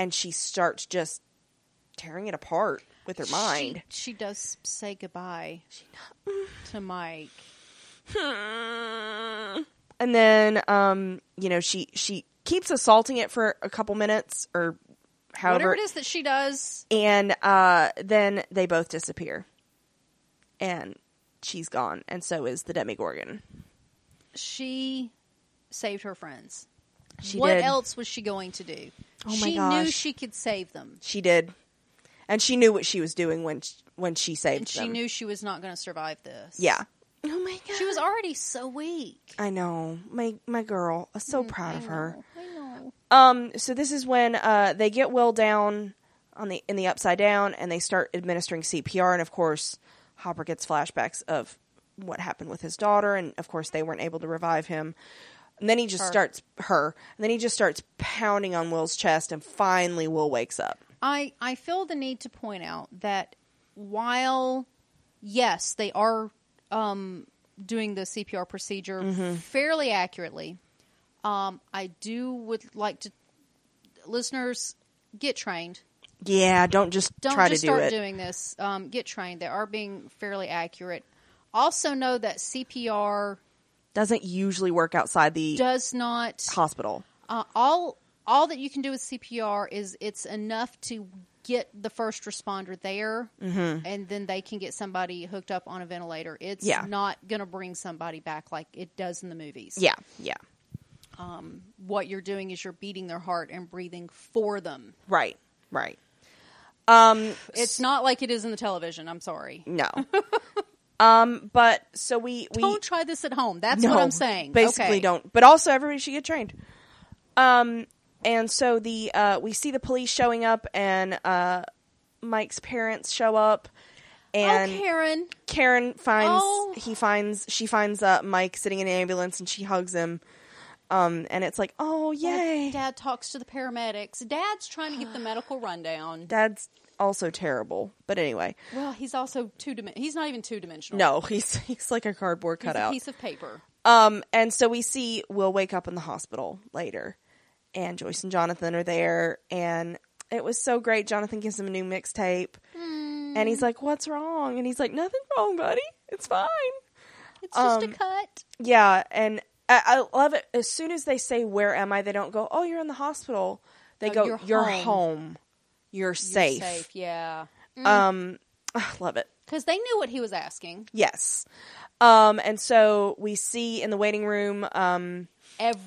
Speaker 1: and she starts just tearing it apart with her mind.
Speaker 2: She, she does say goodbye to Mike.
Speaker 1: and then um you know she she keeps assaulting it for a couple minutes or however
Speaker 2: Whatever it is that she does,
Speaker 1: and uh then they both disappear and she's gone and so is the demigorgon
Speaker 2: she saved her friends.
Speaker 1: She
Speaker 2: what
Speaker 1: did.
Speaker 2: else was she going to do?
Speaker 1: Oh my
Speaker 2: she knew
Speaker 1: gosh.
Speaker 2: she could save them,
Speaker 1: she did and she knew what she was doing when she, when she saved
Speaker 2: and she
Speaker 1: them
Speaker 2: knew she was not going to survive this.
Speaker 1: yeah oh my god
Speaker 2: she was already so weak.
Speaker 1: i know my my girl i'm so proud
Speaker 2: Mm, I
Speaker 1: of her
Speaker 2: know, I know.
Speaker 1: Um, so this is when uh, they get Will down on the in the upside down, and they start administering CPR. And of course, Hopper gets flashbacks of what happened with his daughter, and of course, they weren't able to revive him. And then he just
Speaker 2: Her.
Speaker 1: starts her, and then he just starts pounding on Will's chest, and finally, Will wakes up.
Speaker 2: I, I feel the need to point out that while, yes, they are um, doing the CPR procedure
Speaker 1: Mm-hmm.
Speaker 2: fairly accurately, um, I do would like to, listeners, get trained.
Speaker 1: Yeah, don't just
Speaker 2: Don't
Speaker 1: try
Speaker 2: just
Speaker 1: to do
Speaker 2: start
Speaker 1: it.
Speaker 2: doing this. Um, get trained. They are being fairly accurate. Also, know that CPR
Speaker 1: Doesn't usually work outside the
Speaker 2: does not
Speaker 1: hospital.
Speaker 2: uh, all all that you can do with CPR is it's enough to get the first responder there, and then they can get somebody hooked up on a ventilator. It's
Speaker 1: Yeah.
Speaker 2: not going to bring somebody back like it does in the movies.
Speaker 1: Yeah, yeah,
Speaker 2: what you're doing is you're beating their heart and breathing for them.
Speaker 1: right, right. Um,
Speaker 2: It's not like it is in the television. I'm sorry.
Speaker 1: No. um, but so we we
Speaker 2: Don't try this at home. That's what I'm saying.
Speaker 1: Basically,
Speaker 2: Okay.
Speaker 1: don't. But also, everybody should get trained. Um, and so the uh, we see the police showing up, and uh, Mike's parents show up, and
Speaker 2: oh, Karen.
Speaker 1: Karen finds
Speaker 2: Oh.
Speaker 1: he finds she finds uh, Mike sitting in an ambulance, and she hugs him. Um, and it's like, oh yay,
Speaker 2: Dad talks to the paramedics. Dad's trying to get the medical rundown.
Speaker 1: Dad's also terrible. But anyway,
Speaker 2: Well, he's also two dimen He's not even two dimensional.
Speaker 1: no, he's he's like a cardboard
Speaker 2: he's
Speaker 1: cutout.
Speaker 2: a piece of paper.
Speaker 1: Um, and so we see Will wake up in the hospital later, and Joyce and Jonathan are there, and it was so great. Jonathan gives him a new mixtape,
Speaker 2: Hmm.
Speaker 1: and he's like, "What's wrong?" And he's like, "Nothing wrong, buddy. It's fine."
Speaker 2: It's just
Speaker 1: Um,
Speaker 2: a cut.
Speaker 1: Yeah, and I, I love it. As soon as they say, "Where am I?" they don't go, "Oh, you're in the hospital." They
Speaker 2: Oh,
Speaker 1: go, "You're,
Speaker 2: you're
Speaker 1: home.
Speaker 2: home.
Speaker 1: You're
Speaker 2: You're
Speaker 1: safe."
Speaker 2: safe. Yeah.
Speaker 1: Um, I love it.
Speaker 2: Because they knew what he was asking.
Speaker 1: Yes. Um, and so we see in the waiting room, um,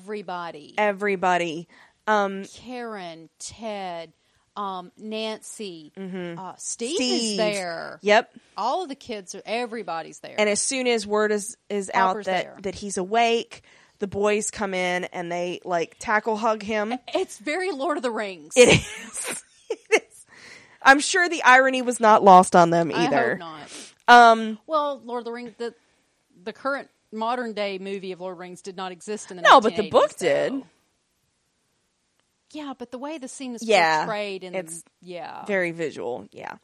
Speaker 2: Everybody.
Speaker 1: everybody. Um,
Speaker 2: Karen, Ted, um, Nancy, uh, Steve, is
Speaker 1: Mm-hmm. Steve.
Speaker 2: there.
Speaker 1: Yep.
Speaker 2: All of the kids are, everybody's there.
Speaker 1: And as soon as word is is out
Speaker 2: Hopper's
Speaker 1: that
Speaker 2: there.
Speaker 1: that he's awake, the boys come in and they like tackle hug him.
Speaker 2: it's very Lord of the Rings.
Speaker 1: It is. It is. I'm sure the irony was not lost on them
Speaker 2: I
Speaker 1: either.
Speaker 2: hope not.
Speaker 1: Um
Speaker 2: Well, Lord of the Rings, the, the current modern day movie of Lord of the Rings did not exist in the
Speaker 1: no, but the book
Speaker 2: 1980s,
Speaker 1: did.
Speaker 2: though. yeah, but the way the scene is
Speaker 1: Yeah,
Speaker 2: portrayed and
Speaker 1: it's
Speaker 2: yeah,
Speaker 1: very visual yeah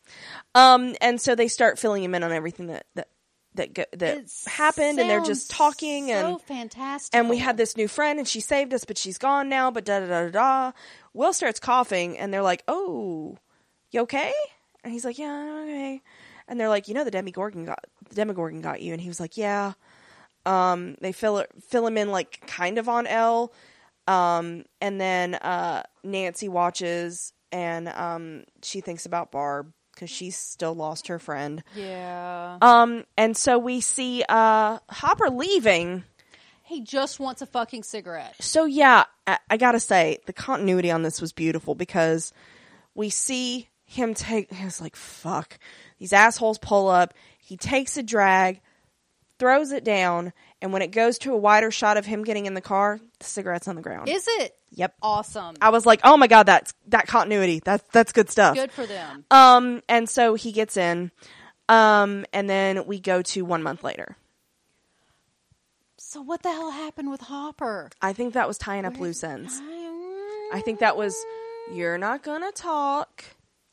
Speaker 1: um and so they start filling him in on everything that that that go, that
Speaker 2: It
Speaker 1: happened and they're just
Speaker 2: sounds
Speaker 1: talking
Speaker 2: so
Speaker 1: and
Speaker 2: fantastic.
Speaker 1: and we had this new friend and she saved us but she's gone now but da da da da da will starts coughing and they're like oh you okay and he's like yeah i'm okay and they're like you know the demigorgon got the demigorgon got you and he was like yeah um they fill it fill him in like kind of on l um and then uh nancy watches and um she thinks about barb because she's still lost her friend
Speaker 2: yeah.
Speaker 1: um and so we see uh hopper leaving
Speaker 2: He just wants a fucking cigarette.
Speaker 1: so yeah, I, I gotta say the continuity on this was beautiful because we see him take. It's like fuck, these assholes pull up. He takes a drag, throws it down, and when it goes to a wider shot of him getting in the car, the cigarette's on the ground.
Speaker 2: Is it
Speaker 1: yep.
Speaker 2: awesome?
Speaker 1: I was like, oh my god, that's that continuity. That's that's good stuff.
Speaker 2: Good for them.
Speaker 1: Um, and so he gets in. Um, and then we go to one month later.
Speaker 2: So what the hell happened with Hopper?
Speaker 1: I think that was tying up loose ends. I think that was you're not gonna talk,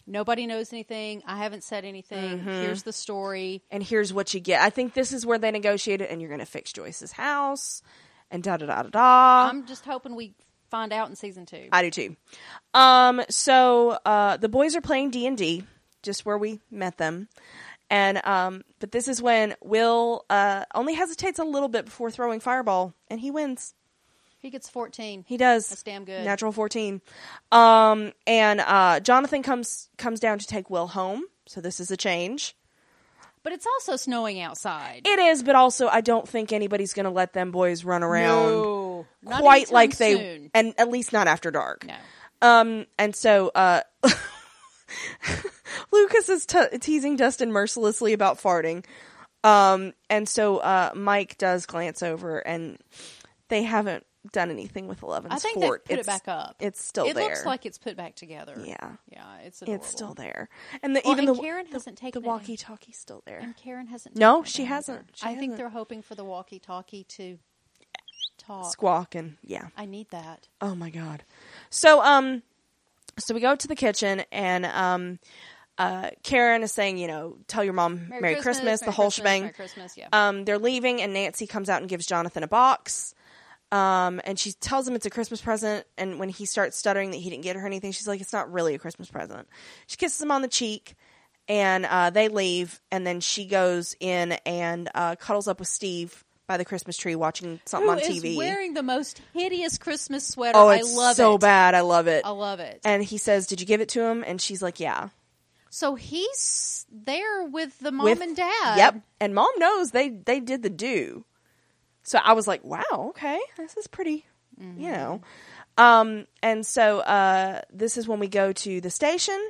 Speaker 2: Nobody knows anything. I haven't said anything.
Speaker 1: Mm-hmm.
Speaker 2: Here's the story.
Speaker 1: and here's what you get. I think this is where they negotiated, and you're gonna fix Joyce's house, and da da da da da.
Speaker 2: I'm just hoping we find out in season two.
Speaker 1: Uh, I do too. Um, so uh, the boys are playing D and D, just where we met them, and um, but this is when Will uh, only hesitates a little bit before throwing fireball, and he wins.
Speaker 2: he gets 14.
Speaker 1: He does.
Speaker 2: That's damn good.
Speaker 1: Natural fourteen. Um, and uh, Jonathan comes comes down to take Will home. So this is a change.
Speaker 2: but it's also snowing outside.
Speaker 1: It is, but also I don't think anybody's going to let them boys run around
Speaker 2: no, Not
Speaker 1: quite
Speaker 2: anytime
Speaker 1: like they,
Speaker 2: soon.
Speaker 1: and at least not after dark.
Speaker 2: No.
Speaker 1: Um, and so uh, Lucas is te- teasing Dustin mercilessly about farting. Um, and so uh, Mike does glance over, and they haven't done anything with Eleven's
Speaker 2: I think they
Speaker 1: fort.
Speaker 2: put it
Speaker 1: It's-
Speaker 2: back up.
Speaker 1: It's still
Speaker 2: it
Speaker 1: there.
Speaker 2: looks like it's put back together.
Speaker 1: Yeah.
Speaker 2: yeah, it's adorable.
Speaker 1: it's still there, and the,
Speaker 2: Well,
Speaker 1: even
Speaker 2: and
Speaker 1: the
Speaker 2: Karen
Speaker 1: the-
Speaker 2: hasn't
Speaker 1: the
Speaker 2: taken it in.
Speaker 1: walkie-talkie's still there.
Speaker 2: And Karen hasn't.
Speaker 1: No,
Speaker 2: taken it
Speaker 1: she
Speaker 2: down either.
Speaker 1: hasn't. She
Speaker 2: I think
Speaker 1: hasn't.
Speaker 2: they're hoping for the walkie-talkie to talk.
Speaker 1: Squawk and yeah.
Speaker 2: I need that.
Speaker 1: Oh my god. So um so we go to the kitchen and um uh Karen is saying, you know, tell your mom Merry, Christmas, the
Speaker 2: Merry
Speaker 1: whole
Speaker 2: Christmas,
Speaker 1: shebang.
Speaker 2: Merry Christmas, yeah.
Speaker 1: Um they're leaving and Nancy comes out and gives Jonathan a box. Um and she tells him it's a Christmas present and when he starts stuttering that he didn't get her anything, she's like it's not really a Christmas present. She kisses him on the cheek and uh they leave and then she goes in and uh cuddles up with Steve by the Christmas tree watching something
Speaker 2: Who
Speaker 1: on
Speaker 2: is
Speaker 1: TV.
Speaker 2: wearing the most hideous Christmas sweater?
Speaker 1: oh, it's
Speaker 2: I love
Speaker 1: so
Speaker 2: it.
Speaker 1: bad. I love it
Speaker 2: I love it.
Speaker 1: and he says, "Did you give it to him?" And she's like, "Yeah."
Speaker 2: so he's there with the mom
Speaker 1: With-
Speaker 2: and dad.
Speaker 1: Yep. And mom knows they they did the do. So I was like, "Wow, okay, this is pretty,"
Speaker 2: Mm-hmm.
Speaker 1: you know. Um, and so uh, this is when we go to the station,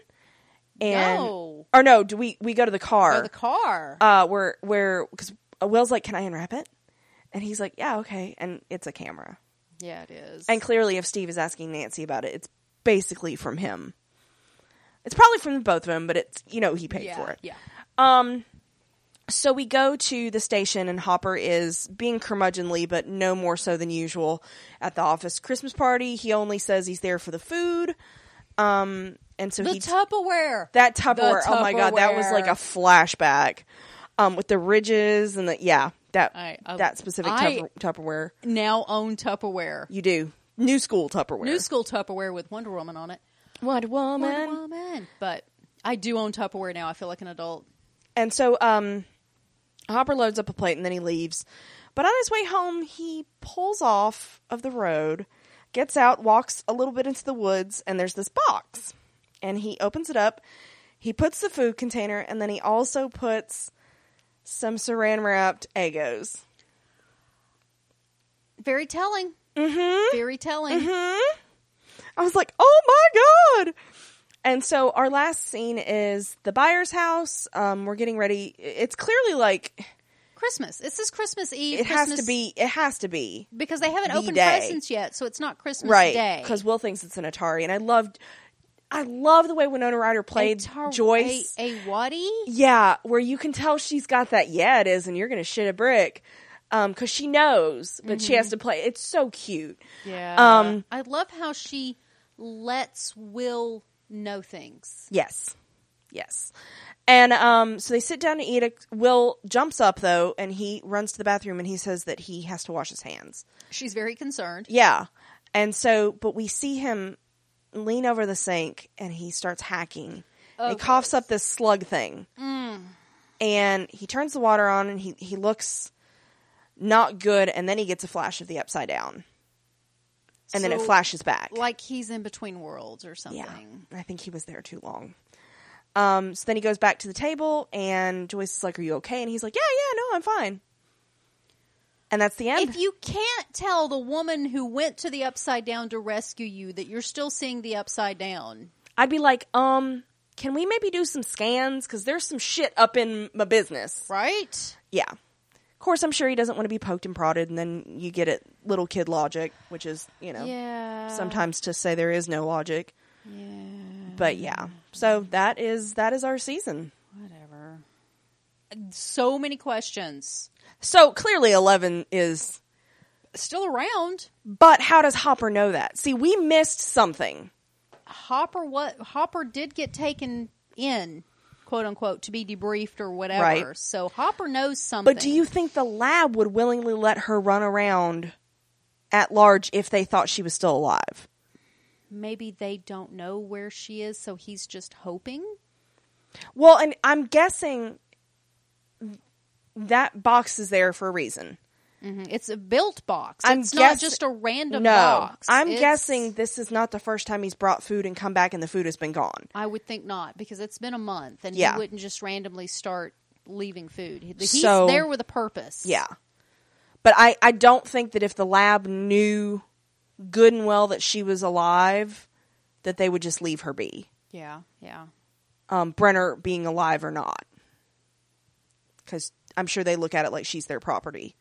Speaker 1: and
Speaker 2: No.
Speaker 1: or no, do we we go to the car?
Speaker 2: Or the car.
Speaker 1: uh, where where because Will's like, "Can I unwrap it?" And he's like, "Yeah, okay." And it's a camera.
Speaker 2: yeah, it is.
Speaker 1: And clearly, if Steve is asking Nancy about it, it's basically from him. It's probably from both of them, but it's you know he paid
Speaker 2: yeah,
Speaker 1: for it.
Speaker 2: Yeah.
Speaker 1: So we go to the station, and Hopper is being curmudgeonly, but no more so than usual at the office Christmas party. He only says he's there for the food. Um, and so
Speaker 2: The
Speaker 1: he
Speaker 2: Tupperware.
Speaker 1: that Tupperware,
Speaker 2: The
Speaker 1: Oh my god, that was like a
Speaker 2: Tupperware.
Speaker 1: flashback. Um, with the ridges and the yeah, that
Speaker 2: I- I-
Speaker 1: that specific
Speaker 2: I-
Speaker 1: Tupper- Tupperware
Speaker 2: now own Tupperware.
Speaker 1: you do new school Tupperware.
Speaker 2: New school Tupperware with Wonder Woman on it.
Speaker 1: Wonder Woman.
Speaker 2: Wonder Woman. But I do own Tupperware now. I feel like an adult.
Speaker 1: And so um Hopper loads up a plate and then he leaves. But on his way home, he pulls off of the road, gets out, walks a little bit into the woods, and there's this box. And he opens it up. He puts the food container and then he also puts some saran wrapped Egos.
Speaker 2: Very telling. Mm-hmm. Very telling.
Speaker 1: I was like, oh my God. And so our last scene is the buyer's house. Um, we're getting ready. It's clearly like
Speaker 2: Christmas. This is Christmas Eve.
Speaker 1: it has
Speaker 2: Christmas-
Speaker 1: to be. It has to be.
Speaker 2: because they haven't
Speaker 1: the
Speaker 2: opened
Speaker 1: day.
Speaker 2: presents yet, so it's not Christmas
Speaker 1: right
Speaker 2: Day.
Speaker 1: because Will thinks it's an Atari, and I loved, I love the way Winona Ryder played
Speaker 2: Atar-
Speaker 1: Joyce.
Speaker 2: a, a waddy.
Speaker 1: yeah, where you can tell she's got that. Yeah, it is, and you're gonna shit a brick, um, because she knows, but she has to play. It's so cute.
Speaker 2: Mm-hmm. Yeah.
Speaker 1: Um,
Speaker 2: I love how she lets Will know things.
Speaker 1: Yes. Yes. And um, so they sit down to eat. A, Will jumps up, though, and he runs to the bathroom and he says that he has to wash his hands.
Speaker 2: She's very concerned.
Speaker 1: Yeah. And so, but we see him lean over the sink and he starts hacking.
Speaker 2: Oh,
Speaker 1: he coughs up this slug thing.
Speaker 2: Mm.
Speaker 1: And he turns the water on and he, he looks not good. And then he gets a flash of the upside down. And then it
Speaker 2: So,
Speaker 1: flashes back.
Speaker 2: Like he's in between worlds or something.
Speaker 1: Yeah, I think he was there too long. Um, so then he goes back to the table, and Joyce is like, "Are you okay?" And he's like, "Yeah, yeah, no, I'm fine." And that's the end.
Speaker 2: If you can't tell the woman who went to the upside down to rescue you that you're still seeing the upside down,
Speaker 1: I'd be like, "Um, can we maybe do some scans? Because there's some shit up in my business."
Speaker 2: right?
Speaker 1: Yeah. Of course, I'm sure he doesn't want to be poked and prodded, and then you get it, little kid logic, which is you know
Speaker 2: Yeah.
Speaker 1: sometimes to say there is no logic,
Speaker 2: Yeah.
Speaker 1: but
Speaker 2: Mm-hmm.
Speaker 1: yeah. So that is that is our season.
Speaker 2: Whatever. So many questions.
Speaker 1: So clearly, Eleven is
Speaker 2: Still around.
Speaker 1: But how does Hopper know that? See, we missed something.
Speaker 2: Hopper what Hopper did get taken in, quote unquote, to be debriefed or whatever.
Speaker 1: Right.
Speaker 2: So Hopper knows something.
Speaker 1: But do you think the lab would willingly let her run around at large if they thought she was still alive?
Speaker 2: maybe they don't know where she is, so he's just hoping?
Speaker 1: Well, and I'm guessing that box is there for a reason.
Speaker 2: It's a built box.
Speaker 1: Mm-hmm. I'm
Speaker 2: it's
Speaker 1: guess-
Speaker 2: not just a random
Speaker 1: no,
Speaker 2: box.
Speaker 1: I'm
Speaker 2: It's-
Speaker 1: guessing this is not the first time he's brought food and come back and the food has been gone.
Speaker 2: I would think not because it's been a month and
Speaker 1: Yeah.
Speaker 2: he wouldn't just randomly start leaving food. He- He's
Speaker 1: So-
Speaker 2: there with a purpose.
Speaker 1: Yeah. But I, I don't think that if the lab knew good and well that she was alive, that they would just leave her be.
Speaker 2: Yeah. Yeah.
Speaker 1: um, Brenner being alive or not. Because I'm sure they look at it like she's their property.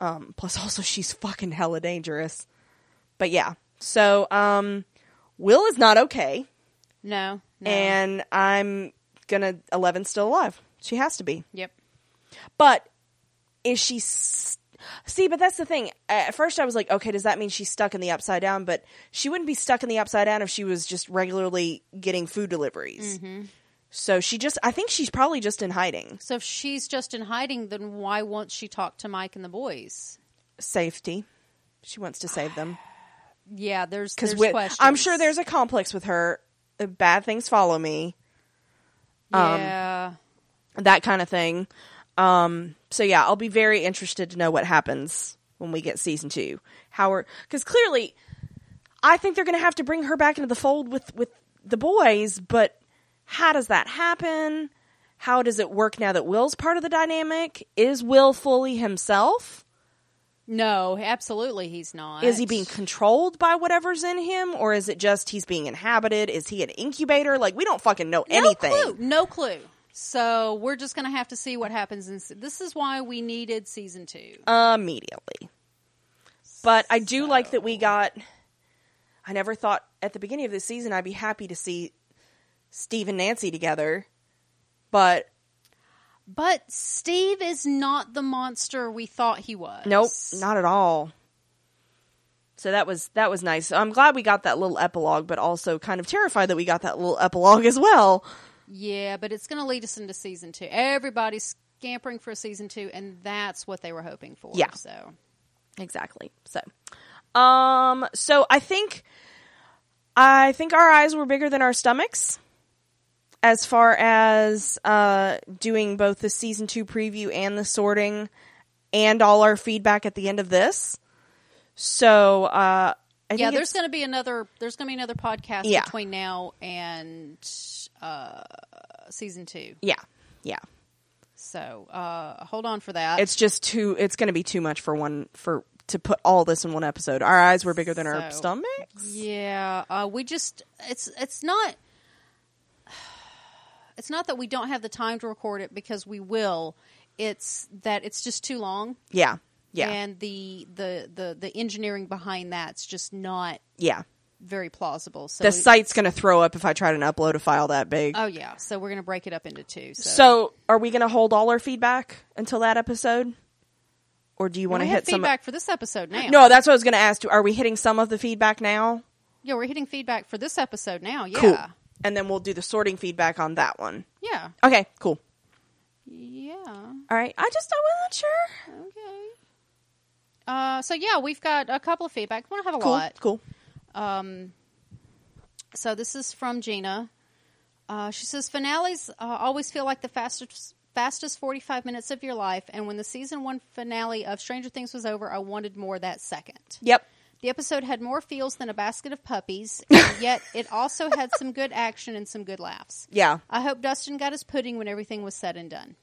Speaker 1: Um, plus, also, she's fucking hella dangerous. But yeah. So, um, Will is not okay.
Speaker 2: No. no.
Speaker 1: And I'm gonna. Eleven's still alive. She has to be.
Speaker 2: Yep.
Speaker 1: But is she. S- See, but that's the thing. At first, I was like, okay, does that mean she's stuck in the upside down? But she wouldn't be stuck in the upside down if she was just regularly getting food deliveries.
Speaker 2: Mm-hmm.
Speaker 1: So she just, I think she's probably just in hiding.
Speaker 2: So if she's just in hiding, then why won't she talk to Mike and the boys?
Speaker 1: Safety. She wants to save them.
Speaker 2: Yeah, there's
Speaker 1: Because
Speaker 2: there's questions.
Speaker 1: I'm sure there's a complex with her. uh, Bad things follow me, um,
Speaker 2: yeah.
Speaker 1: that kind of thing. Um, so yeah, I'll be very interested to know what happens when we get season two. How are, because clearly, I think they're going to have to bring her back into the fold with, with the boys, but how does that happen? How does it work now that Will's part of the dynamic? Is Will fully himself?
Speaker 2: no, absolutely, he's not.
Speaker 1: Is he being controlled by whatever's in him, or is it just he's being inhabited? Is he an incubator? Like we don't fucking know anything.
Speaker 2: No clue. No clue. So we're just going to have to see what happens. In, se- this is why we needed season two.
Speaker 1: Immediately, but I do like that we got. I never thought at the beginning of this season I'd be happy to see Steve and Nancy together, but
Speaker 2: But Steve is not the monster we thought he was.
Speaker 1: nope, not at all. So that was that was nice. I'm glad we got that little epilogue, but also kind of terrified that we got that little epilogue as well.
Speaker 2: Yeah, but it's going to lead us into season two. Everybody's scampering for season two, and that's what they were hoping for.
Speaker 1: Yeah.
Speaker 2: So
Speaker 1: Exactly. So, um, so I think, I think our eyes were bigger than our stomachs as far as, uh, doing both the season two preview and the sorting and all our feedback at the end of this. So, uh, I
Speaker 2: yeah,
Speaker 1: think
Speaker 2: there's
Speaker 1: it's-
Speaker 2: going to be another. There's going to be another podcast
Speaker 1: Yeah.
Speaker 2: between now and uh, season two.
Speaker 1: yeah, yeah.
Speaker 2: So uh, hold on for that.
Speaker 1: It's just too, it's going to be too much for one, for, to put all this in one episode. Our eyes were bigger than our
Speaker 2: So-
Speaker 1: stomachs.
Speaker 2: yeah, uh, we just it's it's not. It's not that we don't have the time to record it because we will. It's that it's just too long.
Speaker 1: Yeah. Yeah.
Speaker 2: and the the the the engineering behind that's just not
Speaker 1: yeah.
Speaker 2: very plausible. So
Speaker 1: The
Speaker 2: we-
Speaker 1: site's going to throw up if I try to upload a file that big.
Speaker 2: oh yeah, so we're gonna break it up into two. So,
Speaker 1: Uh, So, are we going to hold all our feedback until that episode, or do you
Speaker 2: we
Speaker 1: want to
Speaker 2: have
Speaker 1: hit some?
Speaker 2: feedback for this episode now?
Speaker 1: No, that's what I was going to ask. you. Are we hitting some of the feedback now?
Speaker 2: Yeah, we're hitting feedback for this episode now. Yeah.
Speaker 1: Cool. And then we'll do the sorting feedback on that one.
Speaker 2: Yeah.
Speaker 1: Okay, cool.
Speaker 2: Yeah.
Speaker 1: All right. I just, I wasn't sure.
Speaker 2: Okay. Uh, so yeah, we've got a couple of feedback. We don't have a
Speaker 1: Cool.
Speaker 2: lot.
Speaker 1: Cool.
Speaker 2: Um, so this is from Gina. Uh, she says finales uh, always feel like the fastest fastest 45 minutes of your life and when the season 1 finale of Stranger Things was over I wanted more that second.
Speaker 1: Yep.
Speaker 2: The episode had more feels than a basket of puppies and yet it also had some good action and some good laughs.
Speaker 1: Yeah.
Speaker 2: I hope Dustin got his pudding when everything was said and done.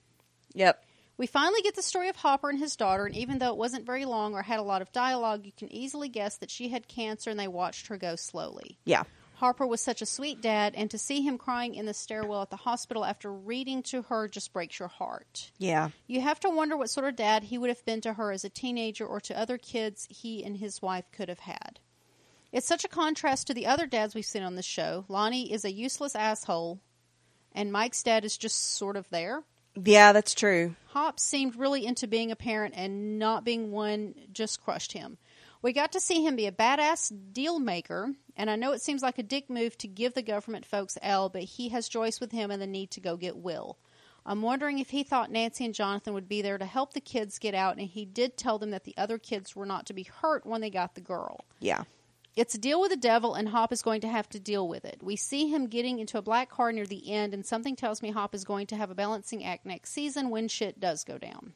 Speaker 1: Yep.
Speaker 2: We finally get the story of Hopper and his daughter, and even though it wasn't very long or had a lot of dialogue, you can easily guess that she had cancer and they watched her go slowly.
Speaker 1: Yeah.
Speaker 2: Harper was such a sweet dad, and to see him crying in the stairwell at the hospital after reading to her just breaks your heart.
Speaker 1: Yeah.
Speaker 2: You have to wonder what sort of dad he would have been to her as a teenager or to other kids he and his wife could have had. It's such a contrast to the other dads we've seen on the show. Lonnie is a useless asshole, and Mike's dad is just sort of there.
Speaker 1: Yeah, that's true.
Speaker 2: Hop seemed really into being a parent and not being one just crushed him. We got to see him be a badass deal maker, and I know it seems like a dick move to give the government folks L, but he has Joyce with him and the need to go get Will. I'm wondering if he thought Nancy and Jonathan would be there to help the kids get out, and he did tell them that the other kids were not to be hurt when they got the girl.
Speaker 1: Yeah.
Speaker 2: It's a deal with the devil, and Hop is going to have to deal with it. We see him getting into a black car near the end, and something tells me Hop is going to have a balancing act next season when shit does go down.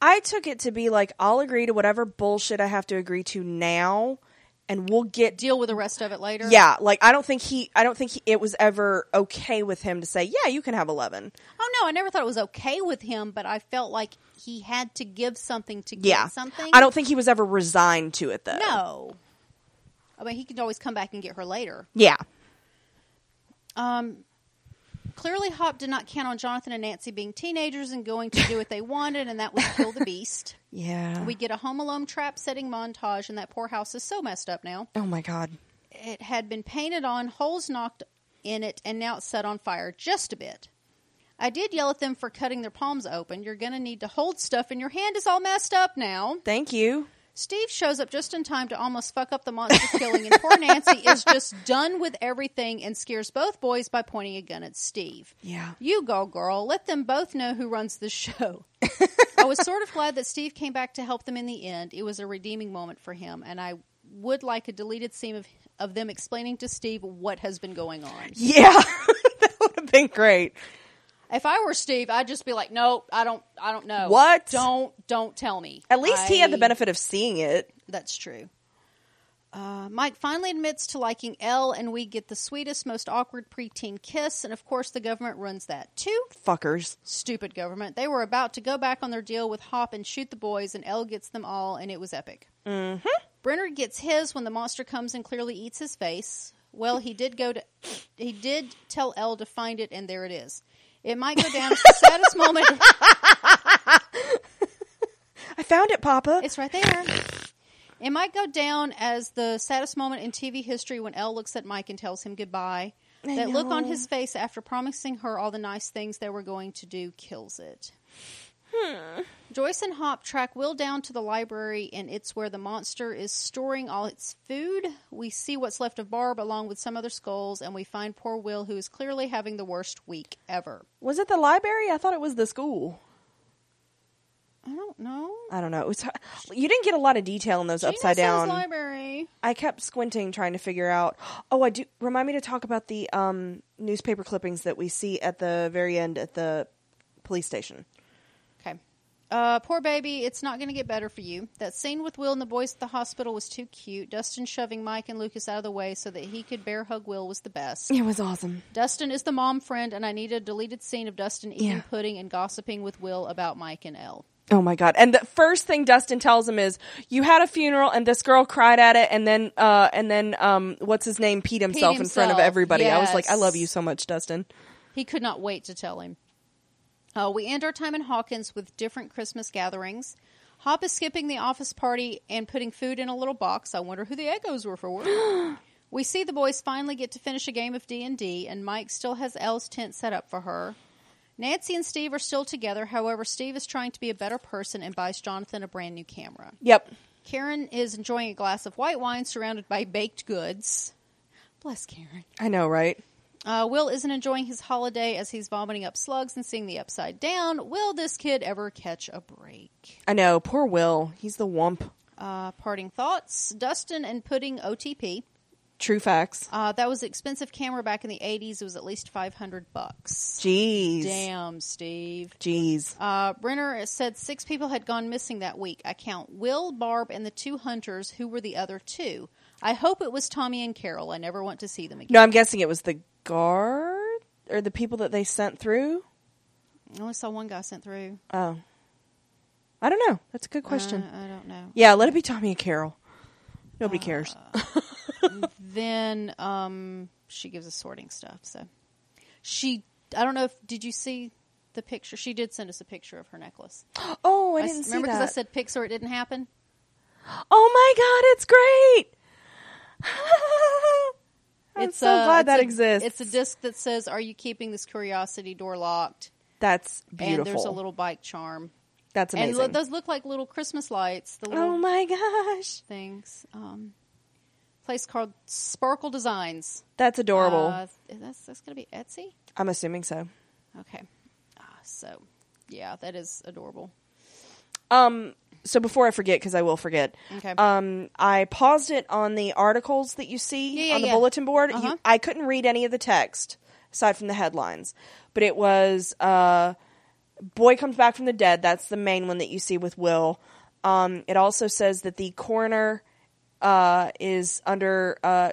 Speaker 1: I took it to be like, I'll agree to whatever bullshit I have to agree to now, and we'll get.
Speaker 2: Deal with the rest of it later.
Speaker 1: Yeah, like I don't think he, I don't think he, it was ever okay with him to say, yeah, you can have eleven.
Speaker 2: Oh no, I never thought it was okay with him, but I felt like he had to give something to get
Speaker 1: Yeah,
Speaker 2: something.
Speaker 1: I don't think he was ever resigned to it though.
Speaker 2: No. I mean, he could always come back and get her later.
Speaker 1: Yeah.
Speaker 2: Um, clearly, Hop did not count on Jonathan and Nancy being teenagers and going to do what they wanted, and that was kill the beast.
Speaker 1: Yeah.
Speaker 2: We get a Home Alone trap setting montage, and that poor house is so messed up now.
Speaker 1: oh my god.
Speaker 2: It had been painted on, holes knocked in it, and now it's set on fire just a bit. I did yell at them for cutting their palms open. You're going to need to hold stuff, and your hand is all messed up now.
Speaker 1: Thank you.
Speaker 2: Steve shows up just in time to almost fuck up the monster killing, and poor Nancy is just done with everything and scares both boys by pointing a gun at Steve.
Speaker 1: Yeah.
Speaker 2: You go, girl. Let them both know who runs the show. I was sort of glad that Steve came back to help them in the end. It was a redeeming moment for him, and I would like a deleted scene of, of them explaining to Steve what has been going on.
Speaker 1: Yeah. that would have been great.
Speaker 2: If I were Steve, I'd just be like, "No, I don't. I don't know.
Speaker 1: What?
Speaker 2: Don't don't tell me."
Speaker 1: At least he had the
Speaker 2: I-
Speaker 1: benefit of seeing it.
Speaker 2: That's true. Uh, Mike finally admits to liking L, and we get the sweetest, most awkward preteen kiss, and of course, the government runs that too.
Speaker 1: Fuckers.
Speaker 2: Stupid government. They were about to go back on their deal with Hop and shoot the boys, and L gets them all, and it was epic. Mm-hmm. Brenner gets his when the monster comes and clearly eats his face. Well, he did go to, he did tell L to find it, and there it is. It might go down as the saddest moment.
Speaker 1: I found it, Papa.
Speaker 2: It's right there. It might go down as the saddest moment in TV history when Elle looks at Mike and tells him goodbye.
Speaker 1: I
Speaker 2: that look on
Speaker 1: know.
Speaker 2: his face after promising her all the nice things they were going to do kills it. Hmm. Joyce and Hop track Will down to the library, and it's where the monster is storing all its food. We see what's left of Barb along with some other skulls, and we find poor Will, who is clearly having the worst week ever.
Speaker 1: was it the library? I thought it was the school.
Speaker 2: I don't know.
Speaker 1: I don't know. It was. You didn't get a lot of detail in those
Speaker 2: Gina
Speaker 1: upside
Speaker 2: says
Speaker 1: down.
Speaker 2: library.
Speaker 1: I kept squinting trying to figure out. Oh, I do. Remind me to talk about the um, newspaper clippings that we see at the very end at the police station.
Speaker 2: Okay. Uh, poor baby, it's not going to get better for you. That scene with Will and the boys at the hospital was too cute. Dustin shoving Mike and Lucas out of the way so that he could bear hug Will was the best.
Speaker 1: It was awesome.
Speaker 2: Dustin is the mom friend, and I need a deleted scene of Dustin eating
Speaker 1: Yeah.
Speaker 2: pudding and gossiping with Will about Mike and Elle.
Speaker 1: Oh my god! And the first thing Dustin tells him is, "You had a funeral, and this girl cried at it, and then, uh, and then, um, what's his name, peed himself, in front of
Speaker 2: himself,
Speaker 1: everybody." I was like, "I love
Speaker 2: yes.
Speaker 1: you so much, Dustin."
Speaker 2: He could not wait to tell him. Uh, we end our time in Hawkins with different Christmas gatherings. Hop is skipping the office party and putting food in a little box. I wonder who the echoes were for. we see the boys finally get to finish a game of D and D, and Mike still has Elle's tent set up for her. Nancy and Steve are still together. However, Steve is trying to be a better person and buys Jonathan a brand new camera.
Speaker 1: Yep.
Speaker 2: Karen is enjoying a glass of white wine surrounded by baked goods. Bless Karen.
Speaker 1: I know, right?
Speaker 2: Uh, Will isn't enjoying his holiday as he's vomiting up slugs and seeing the upside down. Will this kid ever catch a break?
Speaker 1: I know. Poor Will. He's the wump.
Speaker 2: Uh, parting thoughts Dustin and Pudding OTP.
Speaker 1: True facts.
Speaker 2: Uh, that was an expensive camera back in the 80s. It was at least 500 bucks.
Speaker 1: Jeez.
Speaker 2: Damn, Steve.
Speaker 1: Jeez.
Speaker 2: Uh, Brenner said six people had gone missing that week. I count Will, Barb, and the two hunters. Who were the other two? I hope it was Tommy and Carol. I never want to see them again.
Speaker 1: No, I'm guessing it was the guard or the people that they sent through.
Speaker 2: I only saw one guy sent through.
Speaker 1: Oh. I don't know. That's a good question.
Speaker 2: Uh, I don't know.
Speaker 1: yeah, let it be Tommy and Carol. Nobody cares.
Speaker 2: then um, she gives us sorting stuff. So she, I don't know if did you see the picture? She did send us a picture of her necklace.
Speaker 1: oh, I
Speaker 2: I s-
Speaker 1: didn't see
Speaker 2: remember
Speaker 1: that.
Speaker 2: I said pics or it didn't happen.
Speaker 1: oh my god, it's great. I'm so
Speaker 2: uh,
Speaker 1: glad that
Speaker 2: a-
Speaker 1: exists.
Speaker 2: It's a disc that says, "Are you keeping this curiosity door locked?"
Speaker 1: That's beautiful.
Speaker 2: And there's a little bike charm.
Speaker 1: That's amazing.
Speaker 2: And lo- those look like little Christmas lights. The little
Speaker 1: oh my gosh,
Speaker 2: things. Um, place called Sparkle Designs.
Speaker 1: that's adorable.
Speaker 2: Uh, that's that's gonna be Etsy.
Speaker 1: I'm assuming so.
Speaker 2: Okay. Uh, so, yeah, that is adorable.
Speaker 1: Um, so before I forget, because I will forget.
Speaker 2: Okay.
Speaker 1: Um, I paused it on the articles that you see
Speaker 2: Yeah, yeah,
Speaker 1: on the
Speaker 2: yeah.
Speaker 1: bulletin board.
Speaker 2: Uh-huh.
Speaker 1: You, I couldn't read any of the text aside from the headlines, but it was uh, "Boy comes back from the dead." That's the main one that you see with Will. Um, it also says that the coroner uh, is under uh,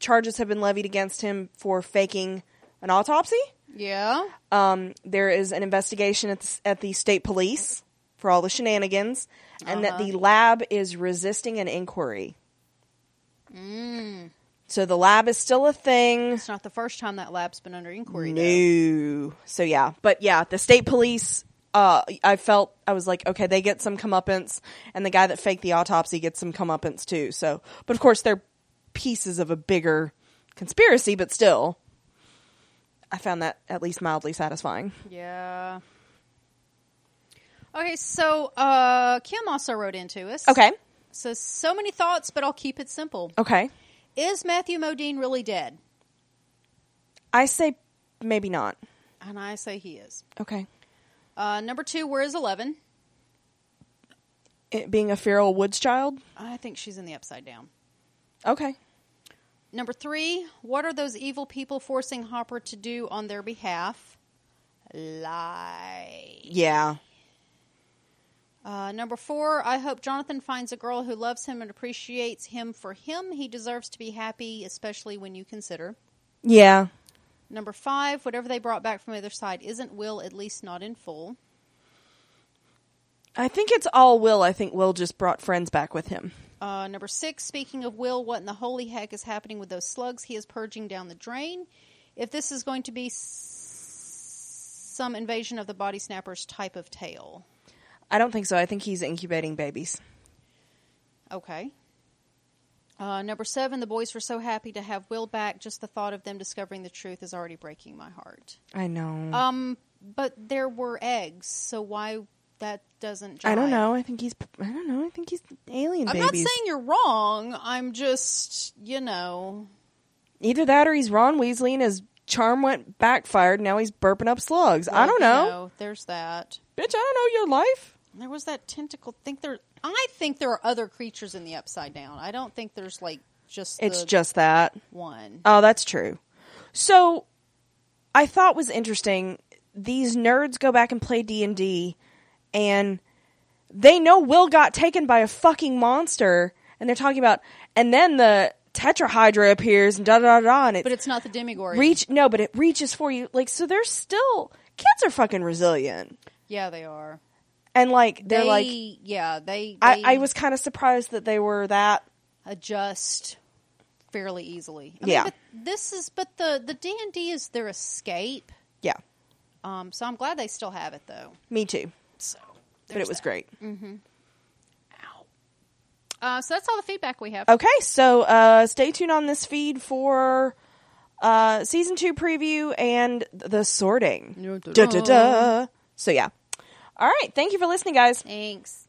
Speaker 1: charges have been levied against him for faking an autopsy.
Speaker 2: Yeah.
Speaker 1: Um, there is an investigation at the, at the state police for all the shenanigans, and that the lab is resisting an inquiry. So the lab is still a thing.
Speaker 2: It's not the first time that lab's been under inquiry. though.
Speaker 1: No. So yeah, but yeah, the state police. Uh, I felt I was like, okay, they get some comeuppance, and the guy that faked the autopsy gets some comeuppance too. So, but of course, they're pieces of a bigger conspiracy, but still, I found that at least mildly satisfying.
Speaker 2: Yeah. Okay, so uh, Kim also wrote into us.
Speaker 1: Okay.
Speaker 2: So, so many thoughts, but I'll keep it simple.
Speaker 1: Okay.
Speaker 2: Is Matthew Modine really dead?
Speaker 1: I say maybe not.
Speaker 2: And I say he is.
Speaker 1: Okay.
Speaker 2: Uh, number two, where is 11?
Speaker 1: It being a feral woods child?
Speaker 2: I think she's in the upside down.
Speaker 1: Okay.
Speaker 2: Number three, what are those evil people forcing Hopper to do on their behalf? Lie.
Speaker 1: Yeah.
Speaker 2: Uh, number four, I hope Jonathan finds a girl who loves him and appreciates him for him. He deserves to be happy, especially when you consider.
Speaker 1: Yeah.
Speaker 2: Number five, whatever they brought back from the other side isn't Will, at least not in full.
Speaker 1: I think it's all Will. I think Will just brought friends back with him.
Speaker 2: Uh, number six, speaking of Will, what in the holy heck is happening with those slugs he is purging down the drain? If this is going to be s- some invasion of the body snapper's type of tale.
Speaker 1: I don't think so. I think he's incubating babies.
Speaker 2: Okay. Uh, number seven, the boys were so happy to have Will back. Just the thought of them discovering the truth is already breaking my heart.
Speaker 1: I know.
Speaker 2: Um, but there were eggs, so why that doesn't? Jive.
Speaker 1: I don't know. I think he's. I don't know. I think he's alien
Speaker 2: I'm
Speaker 1: babies.
Speaker 2: not saying you're wrong. I'm just, you know,
Speaker 1: Either that or he's Ron Weasley and his charm went backfired. Now he's burping up slugs. I
Speaker 2: like,
Speaker 1: don't
Speaker 2: you
Speaker 1: know.
Speaker 2: There's that.
Speaker 1: Bitch, I don't know your life.
Speaker 2: There was that tentacle. Think there? I think there are other creatures in the Upside Down. I don't think there's like just
Speaker 1: It's
Speaker 2: the
Speaker 1: just that.
Speaker 2: one.
Speaker 1: Oh, that's true. So I thought was interesting. These nerds go back and play D and D, and they know Will got taken by a fucking monster, and they're talking about, and then the tetrahydra appears and da da da da, and it's
Speaker 2: But it's not the Demigorgon.
Speaker 1: reach. No, but it reaches for you. Like so, they're still kids are fucking resilient,
Speaker 2: Yeah, they are.
Speaker 1: and like they're
Speaker 2: they,
Speaker 1: like.
Speaker 2: yeah, they.
Speaker 1: I,
Speaker 2: they
Speaker 1: I was kind of surprised that they were that.
Speaker 2: adjust fairly easily. I
Speaker 1: Yeah.
Speaker 2: Mean, but this is, but the the D and D is their escape.
Speaker 1: Yeah,
Speaker 2: Um, so I'm glad they still have it though.
Speaker 1: me too.
Speaker 2: So,
Speaker 1: But it was great.
Speaker 2: Uh, so that's all the feedback we have.
Speaker 1: Okay, so uh, stay tuned on this feed for uh, season two preview and the sorting.
Speaker 2: Dun, dun,
Speaker 1: Duh, duh, duh. So, yeah. All right. Thank you for listening, guys.
Speaker 2: Thanks.